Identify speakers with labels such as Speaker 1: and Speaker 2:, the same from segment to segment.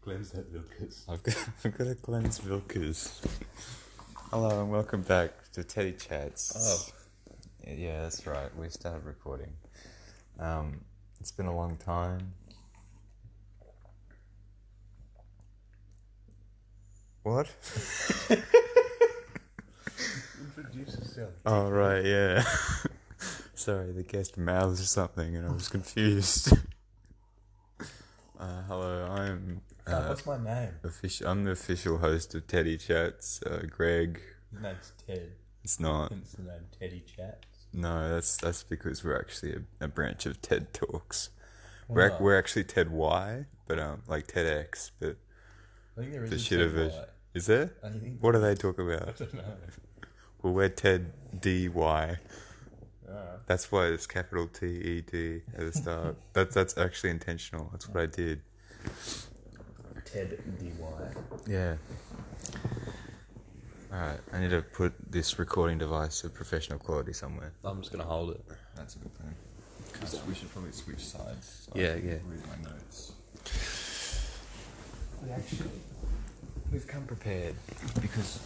Speaker 1: cleanse that Vilkas.
Speaker 2: I've got, I've got to cleanse Vilkas. Hello and welcome back to Teddy Chats. Yeah, that's right. We started recording. Um, it's been a long time. What?
Speaker 1: Introduce yourself.
Speaker 2: Oh, right, yeah. Sorry, the guest mouthed something and I was confused. uh, hello, I'm
Speaker 1: Uh, What's my name?
Speaker 2: official. I'm the official host of Teddy Chats. Uh, Greg,
Speaker 1: His name's Ted.
Speaker 2: it's not.
Speaker 1: Hence the name Teddy Chats.
Speaker 2: No, that's that's because we're actually a, a branch of TED Talks. We're, ac- we're actually TED Y, but um, like TEDx, but
Speaker 1: I think there is
Speaker 2: the
Speaker 1: a
Speaker 2: shitter
Speaker 1: Ted
Speaker 2: version.
Speaker 1: White.
Speaker 2: Is there?
Speaker 1: I think.
Speaker 2: What do they talk about?
Speaker 1: I don't know.
Speaker 2: Well, we're TED DY.
Speaker 1: Uh,
Speaker 2: That's why it's capital T E D at the start. that's that's actually intentional. That's what I did.
Speaker 1: Ted DY.
Speaker 2: Yeah. All right, I need to put this recording device of professional quality somewhere.
Speaker 1: I'm just going to hold it.
Speaker 3: That's a good thing. Because we should probably switch sides. So
Speaker 2: Yeah,
Speaker 3: I can
Speaker 2: yeah.
Speaker 3: Read my notes.
Speaker 2: We actually we've come prepared because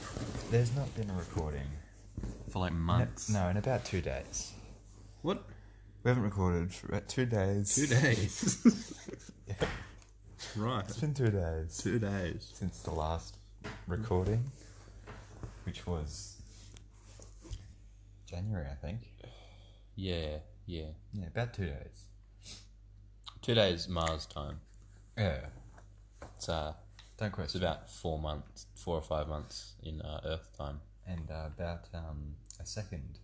Speaker 2: there's not been a recording.
Speaker 3: For like
Speaker 2: No, in about two days.
Speaker 3: What?
Speaker 2: We haven't recorded for about two days.
Speaker 3: Two days. Right.
Speaker 2: It's been two days
Speaker 3: Two days.
Speaker 2: since the last recording, which was January, I think.
Speaker 4: Yeah, yeah.
Speaker 2: Yeah, about two days.
Speaker 4: Two days Mars time.
Speaker 2: Yeah,
Speaker 4: It's uh,
Speaker 2: don't
Speaker 4: it's
Speaker 2: question.
Speaker 4: about four months, four or five months in uh, Earth time.
Speaker 2: and uh, about um, a second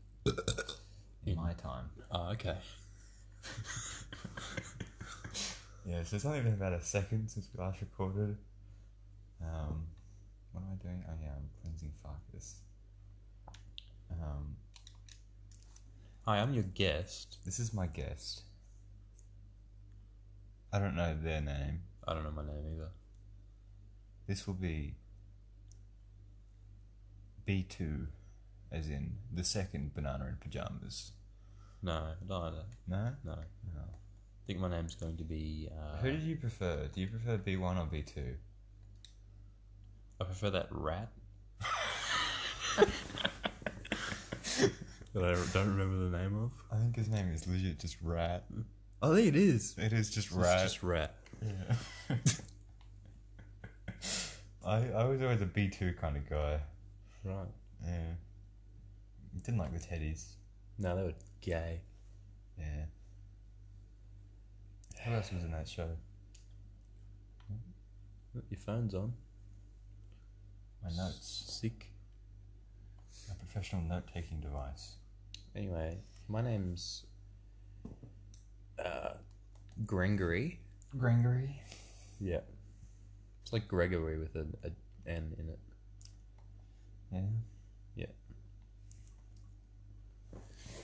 Speaker 2: in my time.
Speaker 4: Oh, okay.
Speaker 2: Yeah, so it's only been about a second since we last recorded. Um, what am I doing? Oh yeah, I'm cleansing Farkas. Um,
Speaker 4: Hi, I'm your guest.
Speaker 2: this is my guest. I don't know their name.
Speaker 4: I don't know my name either.
Speaker 2: This will be B2, as in the second banana in pajamas.
Speaker 4: No, I don't know that.
Speaker 2: No?
Speaker 4: No, I
Speaker 2: No.
Speaker 4: think my name's going to be. Uh,
Speaker 2: Who did you prefer? Do you prefer B1 or B2?
Speaker 4: I prefer that rat.
Speaker 3: That I don't remember the name of.
Speaker 2: I think his name is legit just Rat.
Speaker 3: I think it is.
Speaker 2: It is just
Speaker 4: It's
Speaker 2: Rat.
Speaker 4: just rat.
Speaker 2: I, I was always a B2 kind of guy.
Speaker 4: Right.
Speaker 2: Yeah. Didn't like the teddies.
Speaker 4: No, they were gay.
Speaker 2: Yeah. What else was in that show?
Speaker 4: Look, Your phone's on.
Speaker 2: My notes.
Speaker 4: Sick.
Speaker 2: A professional note taking device.
Speaker 4: Anyway, my name's. Uh, Gringory.
Speaker 2: Gregory.
Speaker 4: Yeah. It's like Gregory with an a N in it.
Speaker 2: Yeah.
Speaker 4: Yeah.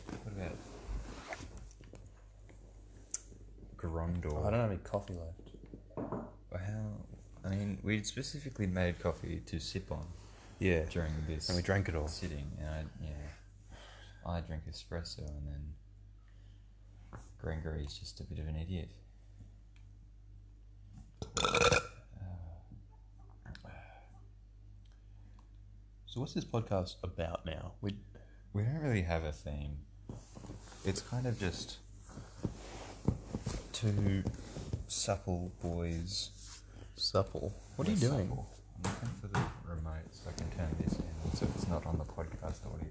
Speaker 2: What about Grondor?
Speaker 4: I don't have any coffee left.
Speaker 2: Well, I mean, we specifically made coffee to sip on
Speaker 4: Yeah.
Speaker 2: during this
Speaker 4: And we drank it all.
Speaker 2: sitting, and I, yeah, I drink espresso, and then Gregory is just a bit of an idiot.
Speaker 4: So what's this podcast about now? We
Speaker 2: We don't really have a theme. It's kind of just two supple boys.
Speaker 4: supple. What are you
Speaker 2: We're
Speaker 4: doing?
Speaker 2: supple. I'm looking for the remote so I can turn this down so it's not on the podcast audio.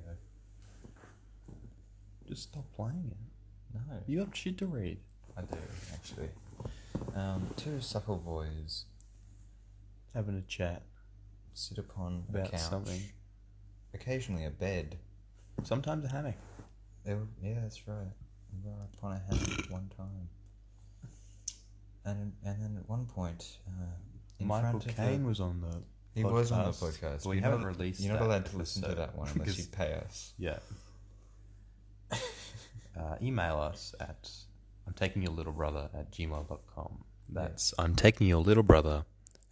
Speaker 4: Just stop playing it.
Speaker 2: No.
Speaker 4: You got shit to read.
Speaker 2: I do, actually. Um, two supple boys
Speaker 4: Having a chat
Speaker 2: sit upon a
Speaker 4: about
Speaker 2: couch,
Speaker 4: something.
Speaker 2: occasionally a bed.
Speaker 4: Sometimes a hammock.
Speaker 2: They were, yeah, that's right. We were upon a hammock one time, and and then at one point, uh, in
Speaker 4: Michael
Speaker 2: front of
Speaker 4: Caine
Speaker 2: the,
Speaker 4: was on the.
Speaker 2: he was on the
Speaker 4: podcast.
Speaker 2: podcast.
Speaker 4: But we
Speaker 2: You're
Speaker 4: haven't
Speaker 2: not-
Speaker 4: released
Speaker 2: You're not
Speaker 4: that
Speaker 2: allowed to listen to
Speaker 4: episode
Speaker 2: that one unless you
Speaker 4: because-
Speaker 2: pay us.
Speaker 4: Yeah. uh, email us at I'm taking your little brother at gmail.com. That's I'm taking your little brother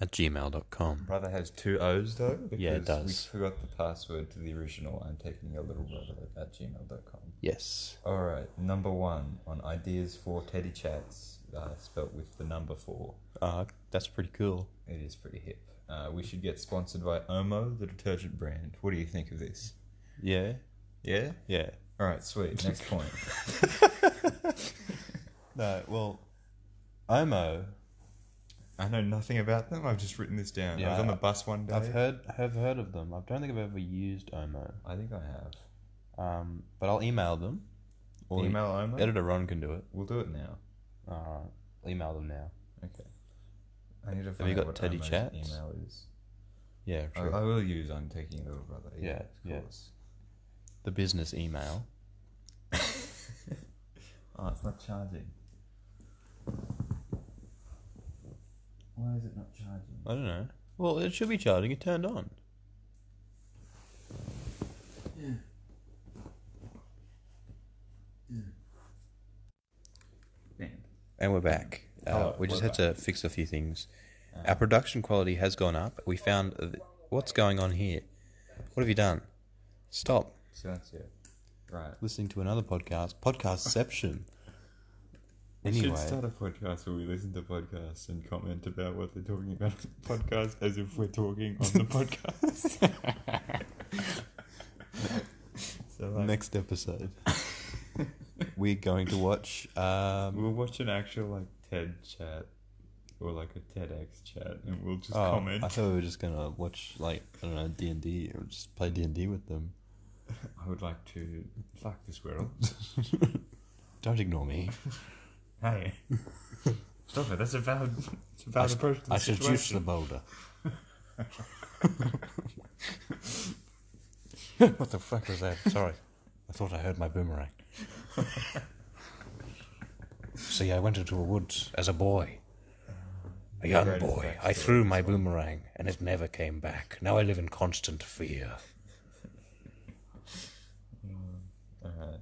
Speaker 4: at gmail.com.
Speaker 2: Brother has two O's though. Because
Speaker 4: Yeah, it
Speaker 2: We
Speaker 4: does.
Speaker 2: forgot the password to the original. I'm taking your little brother at gmail.com.
Speaker 4: Yes.
Speaker 2: All right, number one on ideas for Teddy Chats, uh, spelt with the number four.
Speaker 4: uh, that's pretty cool.
Speaker 2: It is pretty hip. Uh, we should get sponsored by Omo, the detergent brand. What do you think of this?
Speaker 4: Yeah,
Speaker 2: Yeah?
Speaker 4: yeah.
Speaker 2: All right, sweet. Next point.
Speaker 4: No, well, Omo.
Speaker 2: I know nothing about them. I've just written this down. I
Speaker 4: Yeah,
Speaker 2: was on the
Speaker 4: I-
Speaker 2: bus one day.
Speaker 4: I've heard have heard of them. I don't think I've ever used Omo,
Speaker 2: I think I have.
Speaker 4: um, but I'll email them. Or
Speaker 2: Email Omo?
Speaker 4: Editor Ron can do it.
Speaker 2: We'll do it now.
Speaker 4: Alright, email them now.
Speaker 2: Okay. I need to find
Speaker 4: you
Speaker 2: out
Speaker 4: got
Speaker 2: what
Speaker 4: Teddy
Speaker 2: Omo's
Speaker 4: Chats?
Speaker 2: email is.
Speaker 4: Yeah,
Speaker 2: I,
Speaker 4: sure.
Speaker 2: I will use I'm Taking a Little Brother. Yeah,
Speaker 4: Yeah,
Speaker 2: of
Speaker 4: yeah.
Speaker 2: course.
Speaker 4: the business email.
Speaker 2: Oh, it's not charging. Why is it not charging?
Speaker 4: I don't know. Well, it should be charging. It turned on.
Speaker 2: Damn.
Speaker 4: And we're back. Uh,
Speaker 2: Hello,
Speaker 4: we just
Speaker 2: we're
Speaker 4: had to fix a few things. Our production quality has gone up. We found th- what's going on here. What have you done? Stop
Speaker 2: Silencio. Right.
Speaker 4: listening to another podcast. Podcastception.
Speaker 2: We
Speaker 4: anyway,
Speaker 2: should start a podcast where we listen to podcasts and comment about what they're talking about on the podcast as if we're talking on the podcast. so like,
Speaker 4: next episode, we're going to watch. Um,
Speaker 2: we'll watch an actual like TED chat or like a TEDx chat and we'll just
Speaker 4: oh,
Speaker 2: comment.
Speaker 4: I thought we were just gonna watch like I don't know D and D or just play D and D with them.
Speaker 2: I would like to fuck the squirrel.
Speaker 4: Don't ignore me.
Speaker 2: hey. Stop it, that's a valid, it's a valid
Speaker 4: sh-
Speaker 2: approach to the
Speaker 4: I should
Speaker 2: situation.
Speaker 4: juice the boulder. what the fuck was that? Sorry. I thought I heard my boomerang. See, I went into a woods as a boy. A young
Speaker 2: Greatest
Speaker 4: boy. I threw my boomerang and it never came back. Now I live in constant fear.
Speaker 2: Uh, Alright.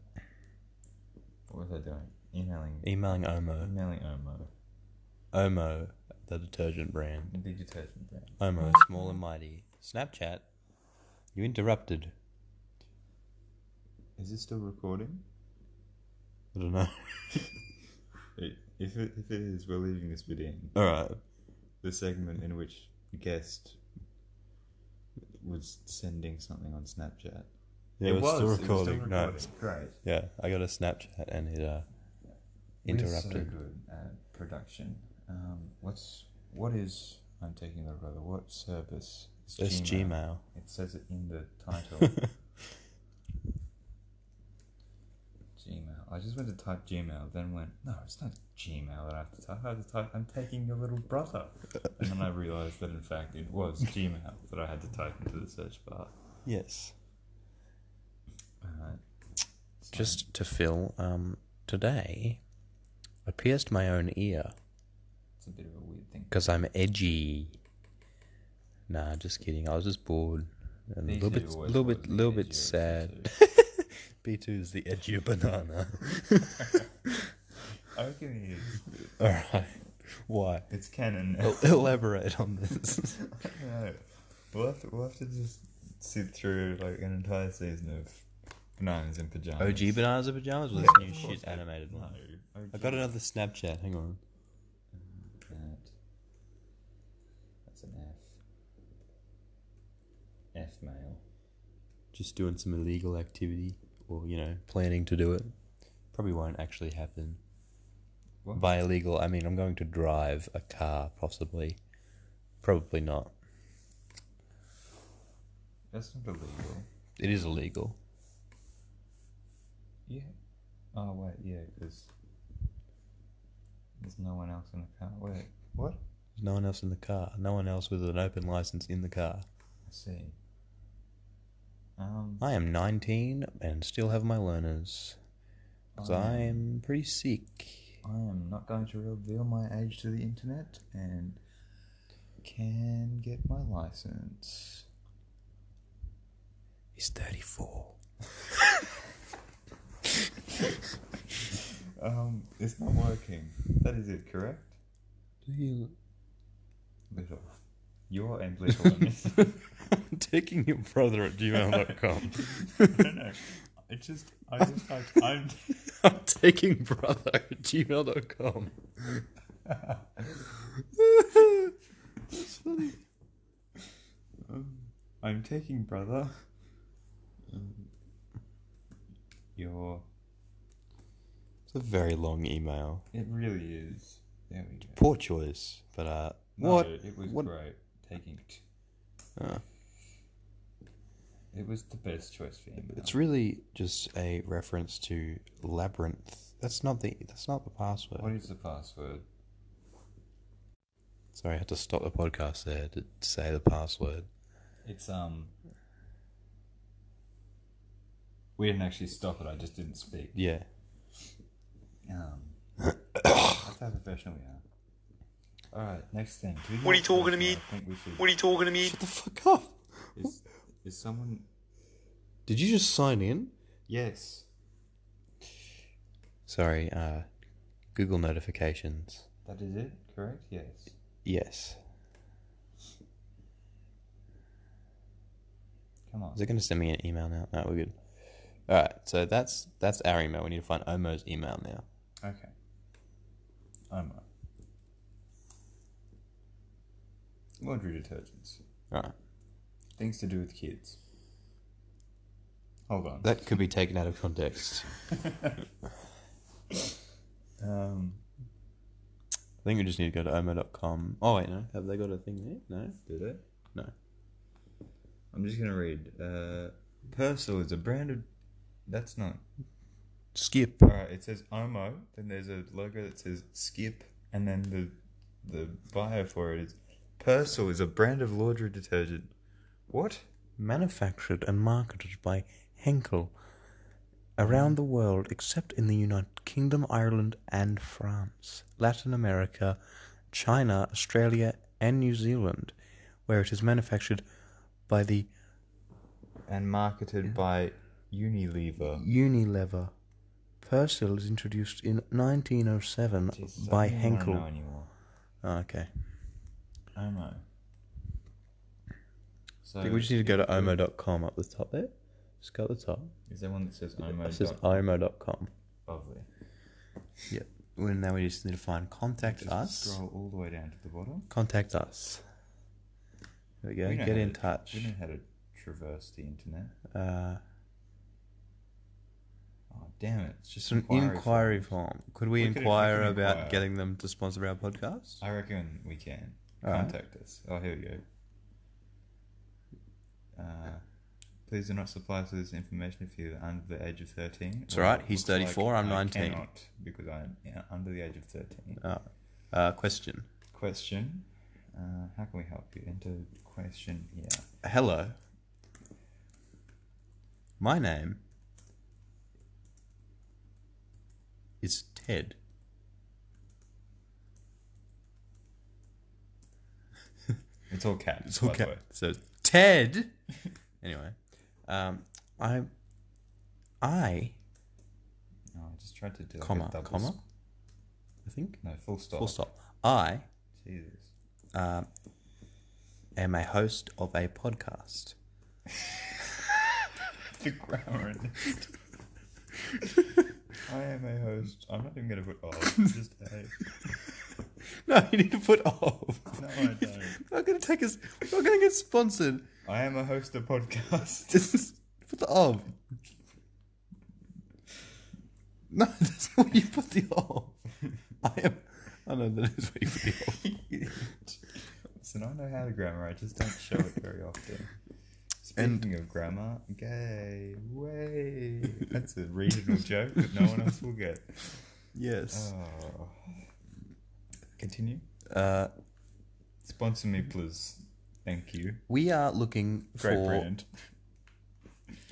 Speaker 2: What was I doing? Emailing
Speaker 4: Emailing Omo.
Speaker 2: emailing Omo.
Speaker 4: Omo, the detergent brand.
Speaker 2: The detergent brand.
Speaker 4: Omo, small and mighty. Snapchat, you interrupted.
Speaker 2: Is it still recording?
Speaker 4: I don't know.
Speaker 2: It, if it if it is, we're leaving this bit in.
Speaker 4: Alright.
Speaker 2: The segment in which the guest was sending something on Snapchat.
Speaker 4: Yeah, it, was, still recording. No,
Speaker 2: Great.
Speaker 4: yeah, I got a Snapchat and it uh, interrupted.
Speaker 2: We're so good at production. Um, what's what is? I'm taking the brother. What service?
Speaker 4: it's Gmail.
Speaker 2: It says it in the title. Gmail. I just went to type Gmail, then went, no, it's not Gmail that I have to type. I have to type, I'm taking your little brother. And then I realized that, in fact, it was Gmail that I had to type into the search bar.
Speaker 4: Yes.
Speaker 2: Alright.
Speaker 4: Just to fill, um, today I pierced my own ear
Speaker 2: It's a bit of a weird thing.
Speaker 4: because I'm edgy. Nah, just kidding. I was just bored and a
Speaker 2: These
Speaker 4: little
Speaker 2: two
Speaker 4: bit,
Speaker 2: always
Speaker 4: little
Speaker 2: thought
Speaker 4: bit,
Speaker 2: it was
Speaker 4: little
Speaker 2: the
Speaker 4: bit
Speaker 2: edgier
Speaker 4: sad. B2 is the edgier banana.
Speaker 2: I reckon it is.
Speaker 4: All right. Why?
Speaker 2: It's canon.
Speaker 4: El- elaborate on this.
Speaker 2: No. We'll have, to, we'll have to just sit through like an entire season of bananas and pajamas.
Speaker 4: OG bananas and pajamas or this new shit animated one?
Speaker 2: No.
Speaker 4: I got another Snapchat. Hang on.
Speaker 2: That. That's an F. F male.
Speaker 4: just doing some illegal activity or you know planning to do it probably won't actually happen
Speaker 2: What?
Speaker 4: by illegal i mean i'm going to drive a car possibly probably not
Speaker 2: That's not illegal.
Speaker 4: it is illegal
Speaker 2: Yeah. Oh wait, yeah, because there's no one else in the car. Wait, what?
Speaker 4: there's no one else in the car no one else with an open license in the car
Speaker 2: I see. Um.
Speaker 4: i am 19 and still have my learners because
Speaker 2: I-
Speaker 4: i'm pretty sick
Speaker 2: I am not going to reveal my age to the internet and can get my license.
Speaker 4: he's 34
Speaker 2: Um, it's not working. That is it, correct?
Speaker 4: do you
Speaker 2: Little. You're and little on this.
Speaker 4: taking your brother at gmail.com
Speaker 2: no, no. I just, I just typed, I'm,
Speaker 4: i'm taking brother at gmail.com
Speaker 2: I'm taking brother. Your.
Speaker 4: It's a very long email.
Speaker 2: It really is. There we go.
Speaker 4: Poor choice, but uh, what?
Speaker 2: No, it was
Speaker 4: what-
Speaker 2: great. Taking. T-
Speaker 4: Ah.
Speaker 2: it was the best choice for him.
Speaker 4: It's really just a reference to labyrinth. That's not the. That's not the password.
Speaker 2: What is the password?
Speaker 4: Sorry, I had to stop the podcast there to say the password.
Speaker 2: It's um. We didn't actually stop it. I just didn't speak.
Speaker 4: Yeah.
Speaker 2: Um, that's how professional we are. All right, next thing. Do we
Speaker 4: What are you
Speaker 2: have
Speaker 4: talking to
Speaker 2: time?
Speaker 4: me?
Speaker 2: I think we should.
Speaker 4: are you talking to me? Shut the fuck up.
Speaker 2: Is, is someone?
Speaker 4: Did you just sign in?
Speaker 2: Yes,
Speaker 4: Sorry, uh, Google notifications.
Speaker 2: that is it. Correct. Yes.
Speaker 4: Yes.
Speaker 2: Come on.
Speaker 4: Is it going to send me an email now? No, we're good. All right, so that's that's our email. We need to find Omo's email now.
Speaker 2: Okay. I'm right. Laundry detergents.
Speaker 4: All right,
Speaker 2: Things to do with kids. Hold on.
Speaker 4: that could be taken out of context.
Speaker 2: Um,
Speaker 4: I think we just need to go to omo.com. Oh wait, no, have they got a thing there? No,
Speaker 2: did it?
Speaker 4: no.
Speaker 2: I'm just gonna read. Uh, Persil is a brand of. That's not.
Speaker 4: Skip.
Speaker 2: All right. It says Omo. Then there's a logo that says Skip, and then the the bio for it is Persil is a brand of laundry detergent. What?
Speaker 4: Manufactured and marketed by Henkel around the world, except in the United Kingdom, Ireland, and France, Latin America, China, Australia, and New Zealand, where it is manufactured by the
Speaker 2: And marketed by Unilever.
Speaker 4: Unilever. Persil is introduced in 1907
Speaker 2: Jesus, I
Speaker 4: by
Speaker 2: don't even wanna
Speaker 4: Henkel.
Speaker 2: know anymore.
Speaker 4: Oh, okay.
Speaker 2: Omo. So
Speaker 4: I think we just need to go to omo.com up the top there. Just go up the top.
Speaker 2: is there one that says Omo?
Speaker 4: It says
Speaker 2: dot-
Speaker 4: omo.com.
Speaker 2: lovely.
Speaker 4: Yep. Well, now we just need to find contact
Speaker 2: Just
Speaker 4: us.
Speaker 2: Scroll all the way down to the bottom.
Speaker 4: Contact us. There we go.
Speaker 2: We know
Speaker 4: Get
Speaker 2: how
Speaker 4: in
Speaker 2: to-
Speaker 4: touch.
Speaker 2: We know how to traverse the internet.
Speaker 4: Uh,
Speaker 2: Oh damn it! It's just
Speaker 4: it's an
Speaker 2: inquiry,
Speaker 4: inquiry
Speaker 2: form.
Speaker 4: form. Could we,
Speaker 2: We could- we
Speaker 4: inquire
Speaker 2: can
Speaker 4: about
Speaker 2: inquire.
Speaker 4: getting them to sponsor our podcast?
Speaker 2: I reckon we can
Speaker 4: Alright.
Speaker 2: contact us. Oh, here we go. Uh, please do not supply us with this information if you're under the age of thirteen.
Speaker 4: It's
Speaker 2: Well,
Speaker 4: alright,
Speaker 2: it
Speaker 4: he's
Speaker 2: looks like
Speaker 4: 34, I'm
Speaker 2: I
Speaker 4: 19.
Speaker 2: cannot because I'm yeah, under the age of thirteen.
Speaker 4: Uh, uh, question.
Speaker 2: Question: uh, How can we help you? Enter question here.
Speaker 4: Hello. My name is Ted.
Speaker 2: It's all caps.
Speaker 4: It's
Speaker 2: by
Speaker 4: all
Speaker 2: the way.
Speaker 4: cap- So Ted. anyway, um, I, I
Speaker 2: No, I just tried to do like a
Speaker 4: comma
Speaker 2: double
Speaker 4: comma.
Speaker 2: s-
Speaker 4: I think
Speaker 2: No, full stop.
Speaker 4: full stop. I
Speaker 2: Jesus.
Speaker 4: um, am a host of a podcast.
Speaker 2: the grammar in this. I am a host. I'm not even going to put of. Just a.
Speaker 4: No, you need to put off.
Speaker 2: No, I don't.
Speaker 4: We're not gonna take us. We're not gonna get sponsored.
Speaker 2: I am a host of podcast.
Speaker 4: Just put the of. No, that's where you put the of. I am. I know that is where you put the of.
Speaker 2: Listen, I know how to grammar. I just don't show it very often.
Speaker 4: And-
Speaker 2: Speaking of grammar, gay way. That's a regional joke that no one else will get.
Speaker 4: Yes.
Speaker 2: Oh. Continue.
Speaker 4: Uh,
Speaker 2: Sponsor me, please. Thank you.
Speaker 4: we are looking
Speaker 2: Great
Speaker 4: for.
Speaker 2: brand.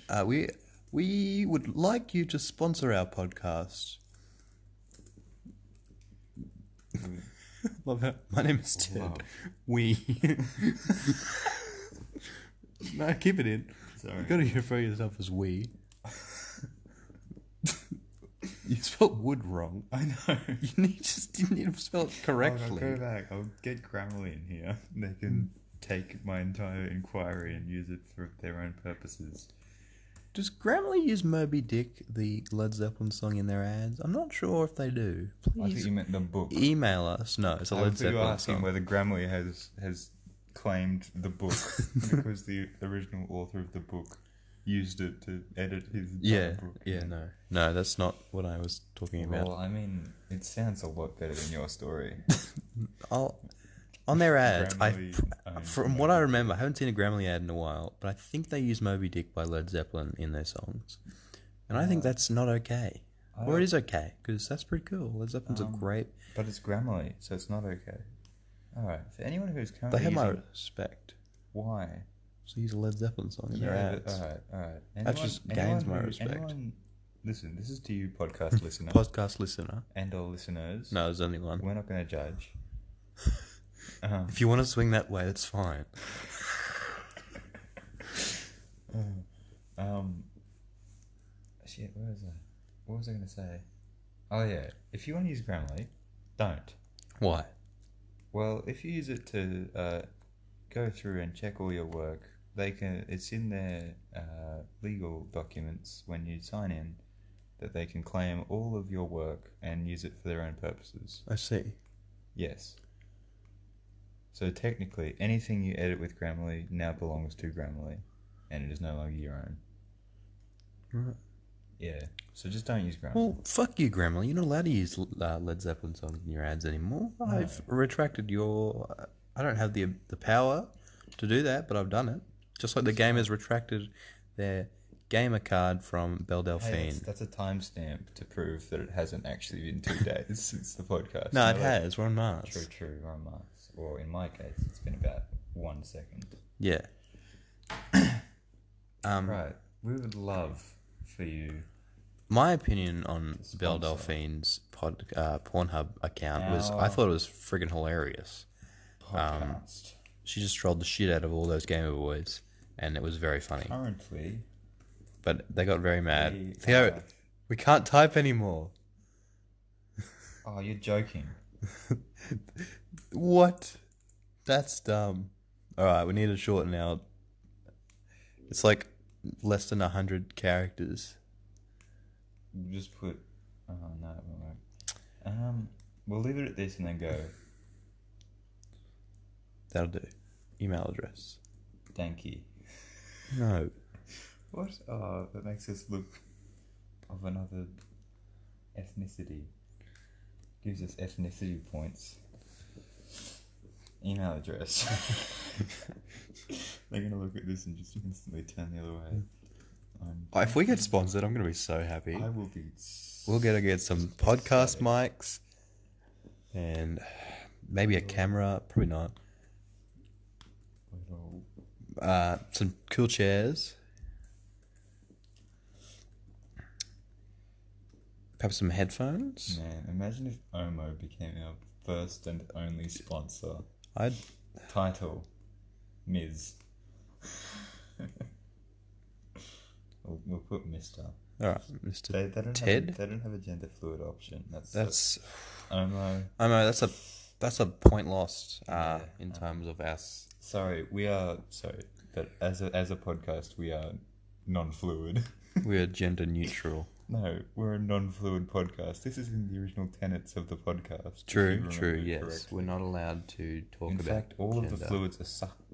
Speaker 4: Uh, we we would like you to sponsor our podcast. Love it. My name is Ted.
Speaker 2: Wow.
Speaker 4: We. no, keep it in.
Speaker 2: Sorry.
Speaker 4: You gotta refer yourself as we. you spelled wood wrong.
Speaker 2: I know.
Speaker 4: You need just didn't need to spell it
Speaker 2: I'll
Speaker 4: correctly. Hmm.
Speaker 2: go back. I'll get Grammarly in here. They can take my entire inquiry and use it for their own purposes.
Speaker 4: Does Grammarly use Moby Dick, the Led Zeppelin song, in their ads? I'm not sure if they do.
Speaker 2: I think
Speaker 4: Please
Speaker 2: you meant the book.
Speaker 4: email us. No, it's a
Speaker 2: I
Speaker 4: Led
Speaker 2: thought you were
Speaker 4: Zeppelin
Speaker 2: asking
Speaker 4: song.
Speaker 2: whether Grammarly has has claimed the book because the original author of the book used it to edit his entire
Speaker 4: Yeah,
Speaker 2: book.
Speaker 4: yeah, no, no, that's not what I was talking about.
Speaker 2: Well, I mean, it sounds a lot better than your story.
Speaker 4: I'll, on their ads, I,
Speaker 2: Grammarly
Speaker 4: pr-
Speaker 2: owns
Speaker 4: from what I remember, I haven't seen a Grammarly ad in a while, but I think they use Moby Dick by Led Zeppelin in their songs. And I think that's not okay. Or it is okay, because that's pretty cool. Led Zeppelin's a great.
Speaker 2: But it's Grammarly, so it's not okay. All right. For anyone who's currently
Speaker 4: They have my
Speaker 2: using-
Speaker 4: respect.
Speaker 2: why?
Speaker 4: So they use a Led Zeppelin song in their ads.
Speaker 2: all right, all right.
Speaker 4: That just gains my respect.
Speaker 2: Anyone, listen, this is to you, podcast listener,
Speaker 4: Podcast listener.
Speaker 2: and all listeners.
Speaker 4: No, there's only one.
Speaker 2: we're not going to judge.
Speaker 4: If you want to swing that way, that's fine.
Speaker 2: Um, shit, where was I? What was I going to say? Oh yeah, if you want to use Grammarly, don't.
Speaker 4: Why?
Speaker 2: Well, if you use it to uh, go through and check all your work, they can. It's in their uh, legal documents when you sign in that they can claim all of your work and use it for their own purposes.
Speaker 4: I see.
Speaker 2: Yes. So technically, anything you edit with Grammarly now belongs to Grammarly, and it is no longer your own.
Speaker 4: Right.
Speaker 2: Yeah. So just don't use Grammarly.
Speaker 4: Well, fuck you, Grandma. You're not allowed to use uh, Led Zeppelin songs in your ads anymore. I've retracted your. uh, I don't have the the power to do that, but I've done it. Just like the game has retracted their gamer card from Belle Delphine.
Speaker 2: Hey, that's, that's a timestamp to prove that it hasn't actually been two days since the podcast.
Speaker 4: no,
Speaker 2: Not
Speaker 4: it
Speaker 2: a-
Speaker 4: has. We're on Mars.
Speaker 2: True, true, we're on Mars. Or in my case, it's been about one second.
Speaker 4: Yeah. um,
Speaker 2: Right. We would love for you.
Speaker 4: My opinion on Belle Delphine's pod, uh, Pornhub account was
Speaker 2: Oh.
Speaker 4: I thought it was friggin' hilarious. um,
Speaker 2: Podcast.
Speaker 4: She just trolled the shit out of all those gamer boys, and it was very funny.
Speaker 2: Currently,
Speaker 4: But they got very mad.
Speaker 2: We
Speaker 4: uh, Theo,
Speaker 2: are-
Speaker 4: we can't type anymore.
Speaker 2: oh, you're joking.
Speaker 4: What? That's dumb. All right, we need to shorten out. It's like less than 100 characters.
Speaker 2: We'll just put. Oh no, it won't work. Um, we'll leave it at this and then go.
Speaker 4: That'll do. Email address.
Speaker 2: Thank you.
Speaker 4: No.
Speaker 2: What? Oh, that makes us look of another ethnicity. Gives us ethnicity points. Email address. They're gonna look at this and just instantly turn the other way. I'm,
Speaker 4: If we get sponsored, I'm going to be so happy.
Speaker 2: I will be. s-
Speaker 4: We'll get to get some podcast mics and maybe a camera. Probably not.
Speaker 2: little-
Speaker 4: Uh, some cool chairs. Perhaps some headphones.
Speaker 2: Man, imagine if Omo became our first and only sponsor.
Speaker 4: I'd
Speaker 2: Title Ms. we'll, we'll put Mister.
Speaker 4: all right, Mister.
Speaker 2: They, they don't
Speaker 4: Ted?
Speaker 2: Have, they don't have a gender fluid option. That's
Speaker 4: That's
Speaker 2: Omo.
Speaker 4: I know that's a that's a point lost uh, in terms of us.
Speaker 2: Sorry, we are sorry, but as a as a podcast, we are non-fluid.
Speaker 4: We're gender neutral.
Speaker 2: no, we're a non-fluid podcast. This is in the original tenets of the podcast. if you
Speaker 4: True,
Speaker 2: remember
Speaker 4: true.
Speaker 2: it
Speaker 4: Yes,
Speaker 2: correctly.
Speaker 4: we're not allowed to talk
Speaker 2: In
Speaker 4: about.
Speaker 2: fact, all of the
Speaker 4: gender.
Speaker 2: fluids are sucked.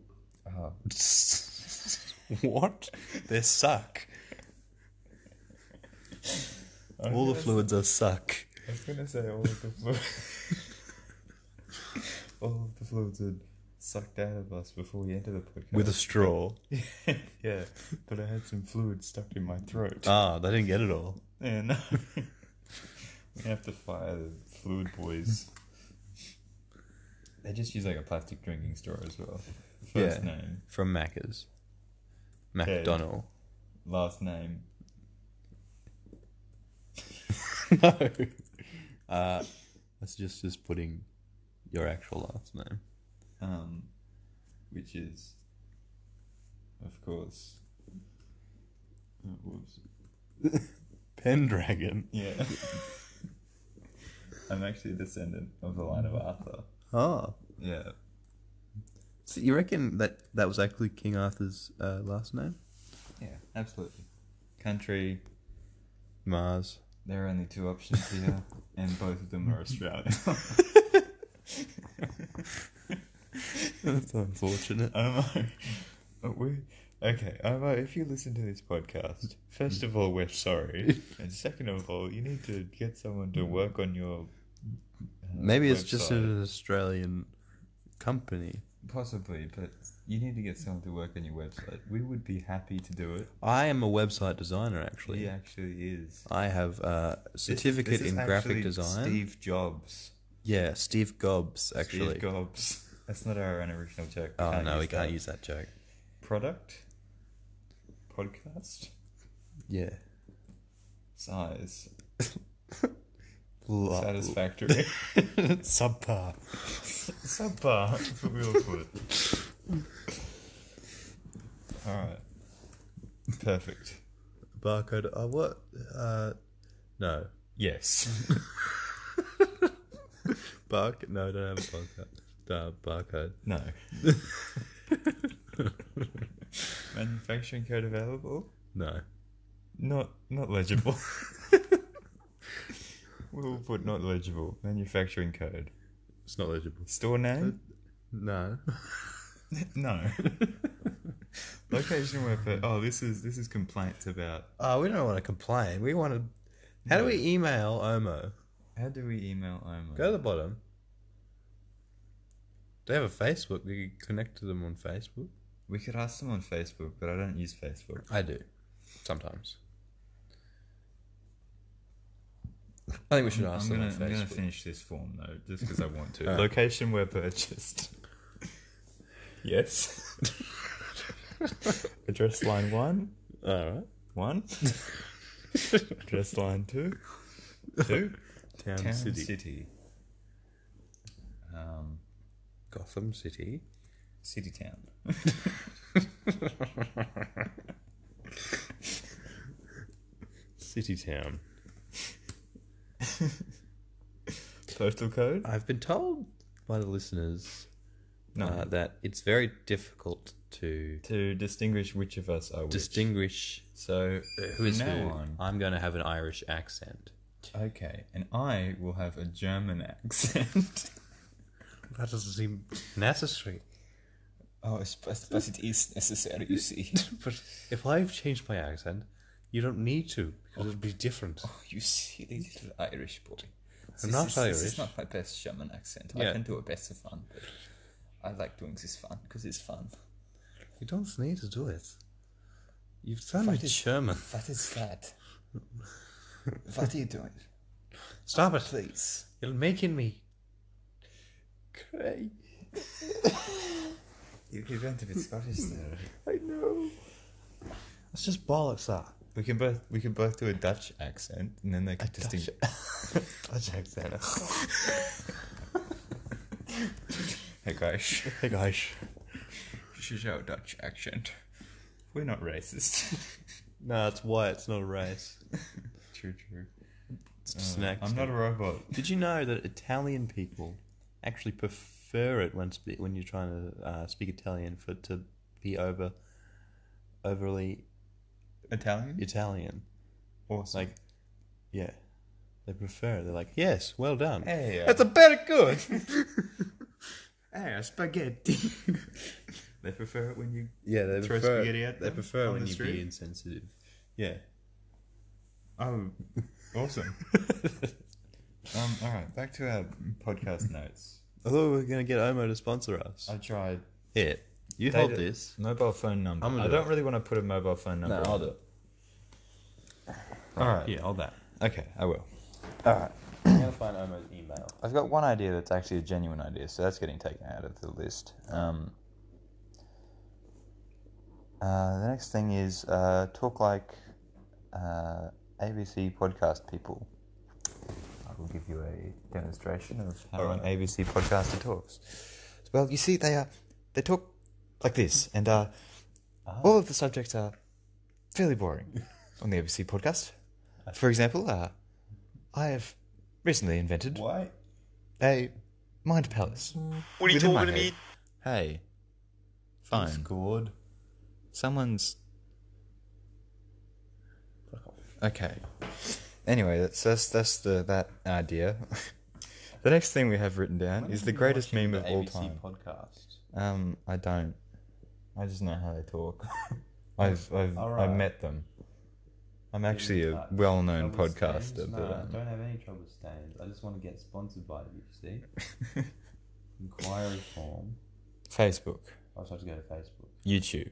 Speaker 2: Oh,
Speaker 4: what? They suck. All the fluids are suck.
Speaker 2: I was gonna say all of the fluids. all of the fluids are sucked out of us before we enter the podcast.
Speaker 4: With a straw.
Speaker 2: yeah, but I had some fluid stuck in my throat.
Speaker 4: Ah, they didn't get it all.
Speaker 2: Yeah, no. we have to fire the fluid boys. They just use like a plastic drinking straw as well. First
Speaker 4: Yeah.
Speaker 2: name,
Speaker 4: From Macca's. MacDonald.
Speaker 2: last name.
Speaker 4: no. Uh, that's just just putting your actual last name.
Speaker 2: um, which is, of course, uh, whoops.
Speaker 4: Pendragon.
Speaker 2: yeah. I'm actually a descendant of the line of Arthur.
Speaker 4: Oh.
Speaker 2: Yeah,
Speaker 4: So you reckon that that was actually King Arthur's uh, last name?
Speaker 2: yeah, absolutely. country,
Speaker 4: Mars.
Speaker 2: there are only two options here, and both of them are Australia.
Speaker 4: That's unfortunate.
Speaker 2: Omo, we okay. Omo, if you listen to this podcast, first of all, we're sorry, and second of all, you need to get someone to work on your. uh,
Speaker 4: Maybe it's just
Speaker 2: website.
Speaker 4: an Australian company.
Speaker 2: possibly, but you need to get someone to work on your website. We would be happy to do it.
Speaker 4: I am a website designer, actually.
Speaker 2: He actually is.
Speaker 4: I have a
Speaker 2: This-
Speaker 4: certificate
Speaker 2: this is
Speaker 4: in graphic
Speaker 2: actually
Speaker 4: design.
Speaker 2: Steve Jobs.
Speaker 4: Yeah, Steve Gobbs, actually.
Speaker 2: Steve Jobs. That's not our own original joke.
Speaker 4: Oh, no, we can't
Speaker 2: that.
Speaker 4: use that joke.
Speaker 2: product, podcast,
Speaker 4: Yeah.
Speaker 2: size,
Speaker 4: Lo-
Speaker 2: satisfactory.
Speaker 4: Subpar.
Speaker 2: Subpar. That's what we all put. Alright. Perfect.
Speaker 4: Barcode. Uh, what? Uh, no.
Speaker 2: Yes.
Speaker 4: Bark? No, I don't have a podcast. Uh, barcode.
Speaker 2: No. Manufacturing code available?
Speaker 4: No.
Speaker 2: Not not legible. we'll put not legible. Manufacturing code.
Speaker 4: It's not legible.
Speaker 2: Store name?
Speaker 4: No.
Speaker 2: No. Location where per- oh this is this is complaints about
Speaker 4: Uh, we don't want to complain. We want to. How do we email Omo?
Speaker 2: how do we email Omar?
Speaker 4: Go to the bottom. They have a Facebook. We could connect to them on Facebook.
Speaker 2: We could ask them on Facebook, but I don't use Facebook.
Speaker 4: I do. Sometimes. I think we should ask
Speaker 2: I'm gonna,
Speaker 4: them on
Speaker 2: I'm gonna
Speaker 4: Facebook.
Speaker 2: finish this form though, just because I want to. Location where purchased. yes. Address line one,
Speaker 4: All right.
Speaker 2: one. Address line two, two.
Speaker 4: Town,
Speaker 2: Town
Speaker 4: City.
Speaker 2: city. Um,
Speaker 4: Gotham City.
Speaker 2: city town.
Speaker 4: City Town.
Speaker 2: Postal code.
Speaker 4: I've been told by the listeners
Speaker 2: No.
Speaker 4: uh, that it's very difficult to
Speaker 2: to distinguish which of us are which.
Speaker 4: distinguish
Speaker 2: so
Speaker 4: who is
Speaker 2: from now
Speaker 4: who.
Speaker 2: on.
Speaker 4: I'm going to have an Irish accent.
Speaker 2: Okay, and I will have a German accent.
Speaker 4: That doesn't seem necessary.
Speaker 2: Oh, it's, but, but it is necessary, you see.
Speaker 4: But if I've changed my accent, you don't need to because it'll be different.
Speaker 2: Oh, you silly little Irish boy.
Speaker 4: I'm not
Speaker 2: is, This
Speaker 4: Irish.
Speaker 2: is not my best German accent.
Speaker 4: Yeah.
Speaker 2: I can do a better fun, but I like doing this fun because it's fun.
Speaker 4: You don't need to do it. You've sounded
Speaker 2: Fuck it.
Speaker 4: German.
Speaker 2: What is that? what are you doing?
Speaker 4: Stop it.
Speaker 2: Please.
Speaker 4: You're making me cry.
Speaker 2: You, you went a bit Scottish there.
Speaker 4: I know. That's just bollocks, that.
Speaker 2: We can both we can both do a Dutch accent, and then they can distinguish.
Speaker 4: Dutch accent.
Speaker 2: Hey guys,
Speaker 4: Hey guys.
Speaker 2: this is our Dutch accent. We're not racist.
Speaker 4: No, it's white. It's not a race.
Speaker 2: true, true.
Speaker 4: It's just an accent.
Speaker 2: I'm not a robot.
Speaker 4: Did you know that Italian people actually prefer it when spe- when you're trying to uh, speak Italian for it to be over overly
Speaker 2: Italian?
Speaker 4: Italian?
Speaker 2: Awesome.
Speaker 4: Like, yeah, they prefer it. They're like, yes, well done.
Speaker 2: Hey, uh,
Speaker 4: That's a better good.
Speaker 2: hey, spaghetti. they prefer it when you
Speaker 4: yeah, they
Speaker 2: Throw prefer- spaghetti at they them prefer on when the you
Speaker 4: when
Speaker 2: be
Speaker 4: you be
Speaker 2: street?
Speaker 4: insensitive.
Speaker 2: Yeah. Oh, awesome. um, all right, back to our podcast notes.
Speaker 4: Although we're gonna get Omo to sponsor us.
Speaker 2: I tried
Speaker 4: Here, you
Speaker 2: They
Speaker 4: hold
Speaker 2: did-
Speaker 4: this.
Speaker 2: mobile phone number.
Speaker 4: I'm
Speaker 2: I'm
Speaker 4: gonna
Speaker 2: I
Speaker 4: do
Speaker 2: do not
Speaker 4: it.
Speaker 2: really want to put a mobile phone number. on.
Speaker 4: do it.
Speaker 2: All right.
Speaker 4: Yeah, hold that.
Speaker 2: Okay, I will.
Speaker 4: I'm gonna find Omo's email.
Speaker 2: I've got one idea that's actually a genuine idea, so that's getting taken out of the list. Um, uh, the next thing is uh, talk like uh, ABC podcast people. I will give you a demonstration of how an ABC podcaster talks. Well, you see, they are they talk like this, and uh, all of the subjects are fairly boring on the ABC podcast. For example, uh, I have recently invented
Speaker 1: Why?
Speaker 2: a mind palace. What are you talking to me? Hey, fine.
Speaker 1: Scored.
Speaker 2: Someone's Okay. Anyway, that's that's, that's the that idea. the next thing we have written down is the greatest meme of all time.
Speaker 4: podcast.
Speaker 2: Um, I don't. I just know how they talk. I've I've
Speaker 4: Alright.
Speaker 2: I've met them. I'm actually a
Speaker 4: touch.
Speaker 2: well-known
Speaker 4: Trouble
Speaker 2: podcaster,
Speaker 4: stains?
Speaker 2: but
Speaker 4: Nah, I
Speaker 2: um,
Speaker 4: don't have any trouble stains. I just want to get sponsored by you. See, inquiry form.
Speaker 2: Facebook,
Speaker 4: I just have to go to Facebook.
Speaker 2: YouTube.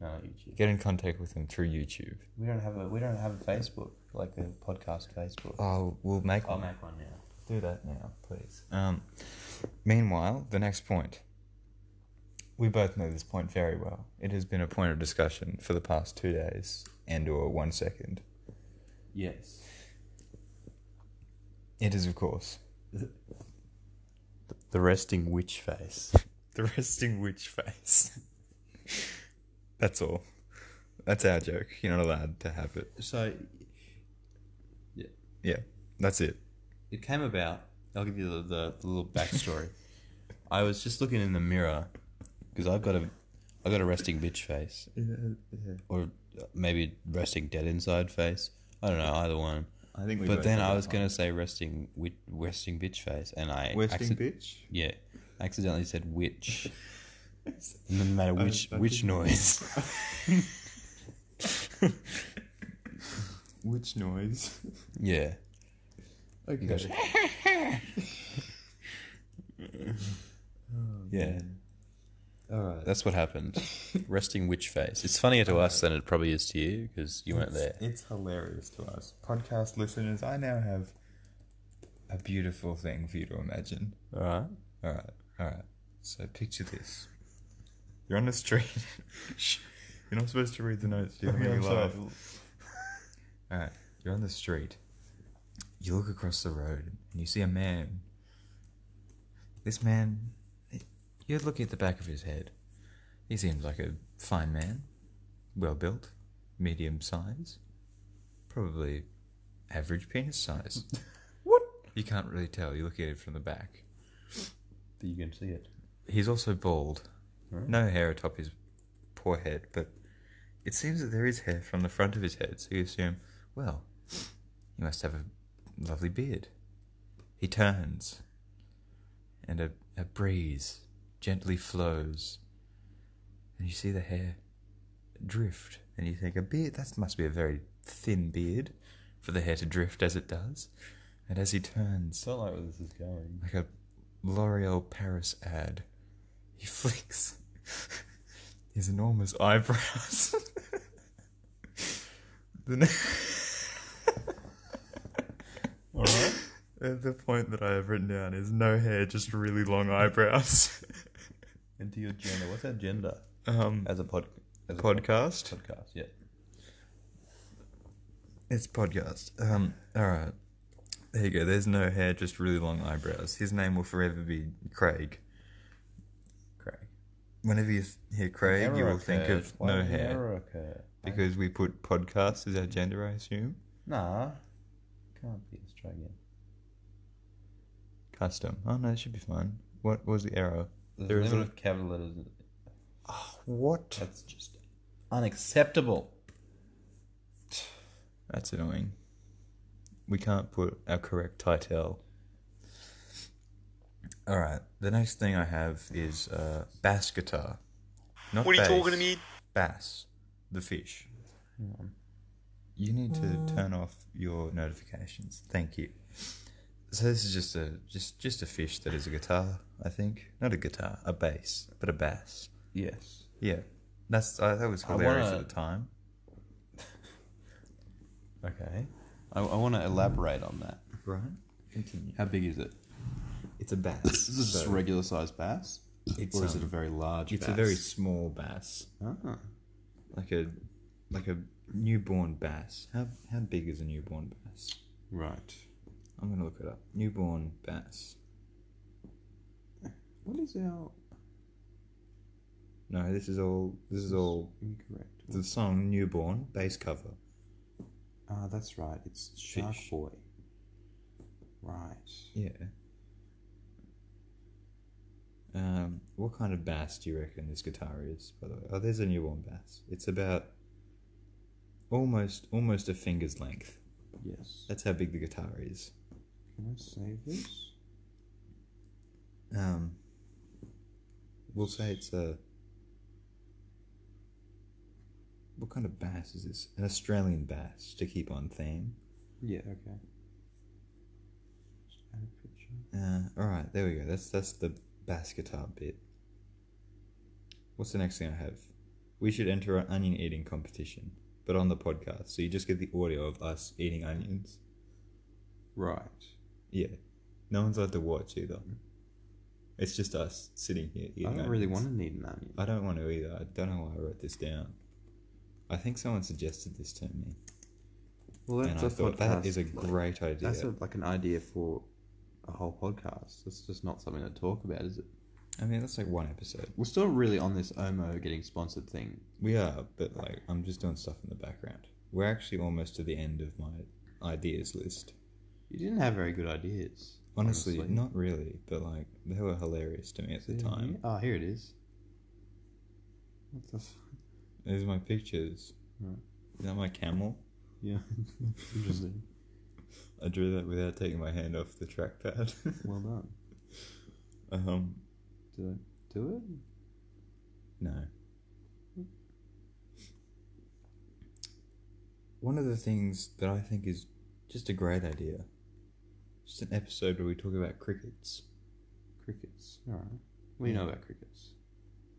Speaker 4: No, not YouTube.
Speaker 2: Get in contact with them through YouTube.
Speaker 4: We don't have a we don't have a Facebook like the podcast Facebook.
Speaker 2: Oh, we'll make
Speaker 4: I'll
Speaker 2: one.
Speaker 4: make one now.
Speaker 2: Do that now, please. Um, meanwhile, the next point. We both know this point very well. It has been a point of discussion for the past two days and or one second.
Speaker 4: Yes.
Speaker 2: It is, of course,
Speaker 5: The resting witch face.
Speaker 2: the resting witch face. That's all. That's our joke. You're not allowed to have it.
Speaker 4: So
Speaker 2: Yeah, that's it.
Speaker 4: it came about. I'll give you the, the, the little backstory. I was just looking in the mirror because I've got a I've got a resting bitch face, or maybe resting dead inside face. I don't know either one.
Speaker 2: I think.
Speaker 4: But then I was gonna say resting wit, resting bitch face, and I
Speaker 2: resting
Speaker 4: acci-
Speaker 2: bitch.
Speaker 4: yeah, I accidentally said which. no matter which
Speaker 2: I
Speaker 4: which
Speaker 2: think-
Speaker 4: noise.
Speaker 2: Which noise?
Speaker 4: yeah.
Speaker 2: Okay.
Speaker 4: Yeah.
Speaker 2: Oh, All right.
Speaker 4: That's what happened. Resting witch face. It's funnier to us than it probably is to you because you weren't there.
Speaker 2: It's hilarious to us. Podcast listeners, I now have a beautiful thing for you to imagine.
Speaker 4: All right.
Speaker 2: All right, all right. So picture this. You're on the street. Shh. You're not supposed to read the notes. You're going All right. You're on the street. You look across the road and you see a man. This man, you're looking at the back of his head. He seems like a fine man, well built, medium size, probably average penis size. what? You can't really tell. You look at it from the back.
Speaker 4: But you can see it.
Speaker 2: He's also bald. No hair atop his poor head, but it seems that there is hair from the front of his head, so you assume, well, he must have a lovely beard. He turns, and a, a breeze gently flows, and you see the hair drift, and you think, a beard? That must be a very thin beard for the hair to drift as it does. And as he turns,
Speaker 4: not like where this is going.
Speaker 2: like a L'Oreal Paris ad. He flicks his enormous eyebrows. the ne- At the point that I have written down is no hair, just really long eyebrows.
Speaker 4: Into your gender. What's our gender?
Speaker 2: um,
Speaker 4: As a pod. As a
Speaker 2: podcast.
Speaker 4: podcast. Yeah.
Speaker 2: It's podcast. Um, all right. There you go. There's no hair, just really long eyebrows. His name will forever be Craig.
Speaker 4: Craig.
Speaker 2: Whenever you hear Craig, you will think of no hair. Because we put podcasts as our gender, I assume.
Speaker 4: Nah. Can't be. Let's try again.
Speaker 2: Custom. Oh no, it should be fine. What was the error?
Speaker 4: There's
Speaker 2: There
Speaker 4: a Ah,
Speaker 2: is
Speaker 4: limit
Speaker 2: a-
Speaker 4: of capital letters. in it.
Speaker 2: What?
Speaker 4: That's just unacceptable.
Speaker 2: That's annoying. We can't put our correct title. All right. The next thing I have is uh, bass guitar. Not what are you talking to me? Bass, the fish. You need to turn off your notifications. Thank you. So this is just a just just a fish that is a guitar, I think. Not a guitar, a bass, but a bass.
Speaker 4: Yes.
Speaker 2: Yeah, that's I, that was
Speaker 4: wanna-
Speaker 2: hilarious at the time.
Speaker 4: Okay. I, I want to elaborate on that.
Speaker 2: Right? Continue.
Speaker 4: How big is it?
Speaker 2: It's a bass.
Speaker 4: Is this just a regular sized bass?
Speaker 2: It's,
Speaker 4: or is
Speaker 2: um,
Speaker 4: it a very large
Speaker 2: It's
Speaker 4: bass?
Speaker 2: a very small bass,
Speaker 4: Ah.
Speaker 2: like a like a newborn bass. How how big is a newborn bass?
Speaker 4: Right.
Speaker 2: I'm gonna look it up. Newborn bass.
Speaker 4: What is our
Speaker 2: No, this is all. This is all.
Speaker 4: incorrect?
Speaker 2: The song "Newborn" bass cover.
Speaker 4: Ah, that's right. It's Shark
Speaker 2: Fish.
Speaker 4: Boy. Right.
Speaker 2: Yeah. Um, what kind of bass do you reckon this guitar is? By the way, oh, there's a newborn bass. It's about almost almost a finger's length.
Speaker 4: Yes.
Speaker 2: That's how big the guitar is.
Speaker 4: Can I save this?
Speaker 2: Um, we'll say it's a. What kind of bass is this? An Australian bass to keep on theme.
Speaker 4: Yeah. Okay. Just add a picture.
Speaker 2: Uh, all right, there we go. That's that's the bass guitar bit. What's the next thing I have? We should enter an onion eating competition, but on the podcast, so you just get the audio of us eating onions.
Speaker 4: Right.
Speaker 2: Yeah, no one's allowed to watch either. It's just us sitting here eating.
Speaker 4: I don't really
Speaker 2: onions.
Speaker 4: want to need an onion.
Speaker 2: I don't want to either. I don't know why I wrote this down. I think someone suggested this to me,
Speaker 4: Well,
Speaker 2: and
Speaker 4: that's
Speaker 2: I
Speaker 4: a
Speaker 2: thought that is a
Speaker 4: podcast, like-
Speaker 2: great idea.
Speaker 4: That's a, like an idea for a whole podcast. That's just not something to talk about, is it?
Speaker 2: I mean, that's like one episode.
Speaker 4: We're still really on this Omo getting sponsored thing.
Speaker 2: We are, but like I'm just doing stuff in the background. We're actually almost to the end of my ideas list.
Speaker 4: You didn't have very good ideas.
Speaker 2: Honestly, not really, but like they were hilarious to me at the
Speaker 4: Yeah,
Speaker 2: time.
Speaker 4: yeah. Oh, here it is. What the f-
Speaker 2: There's my pictures.
Speaker 4: Right.
Speaker 2: Is that my camel?
Speaker 4: Yeah. That's interesting.
Speaker 2: I drew that without taking my hand off the trackpad.
Speaker 4: well done.
Speaker 2: um,
Speaker 4: Did I do it?
Speaker 2: no. One of the things that I think is just a great idea, just an episode where we talk about crickets.
Speaker 4: Crickets. All right. What do you know about crickets?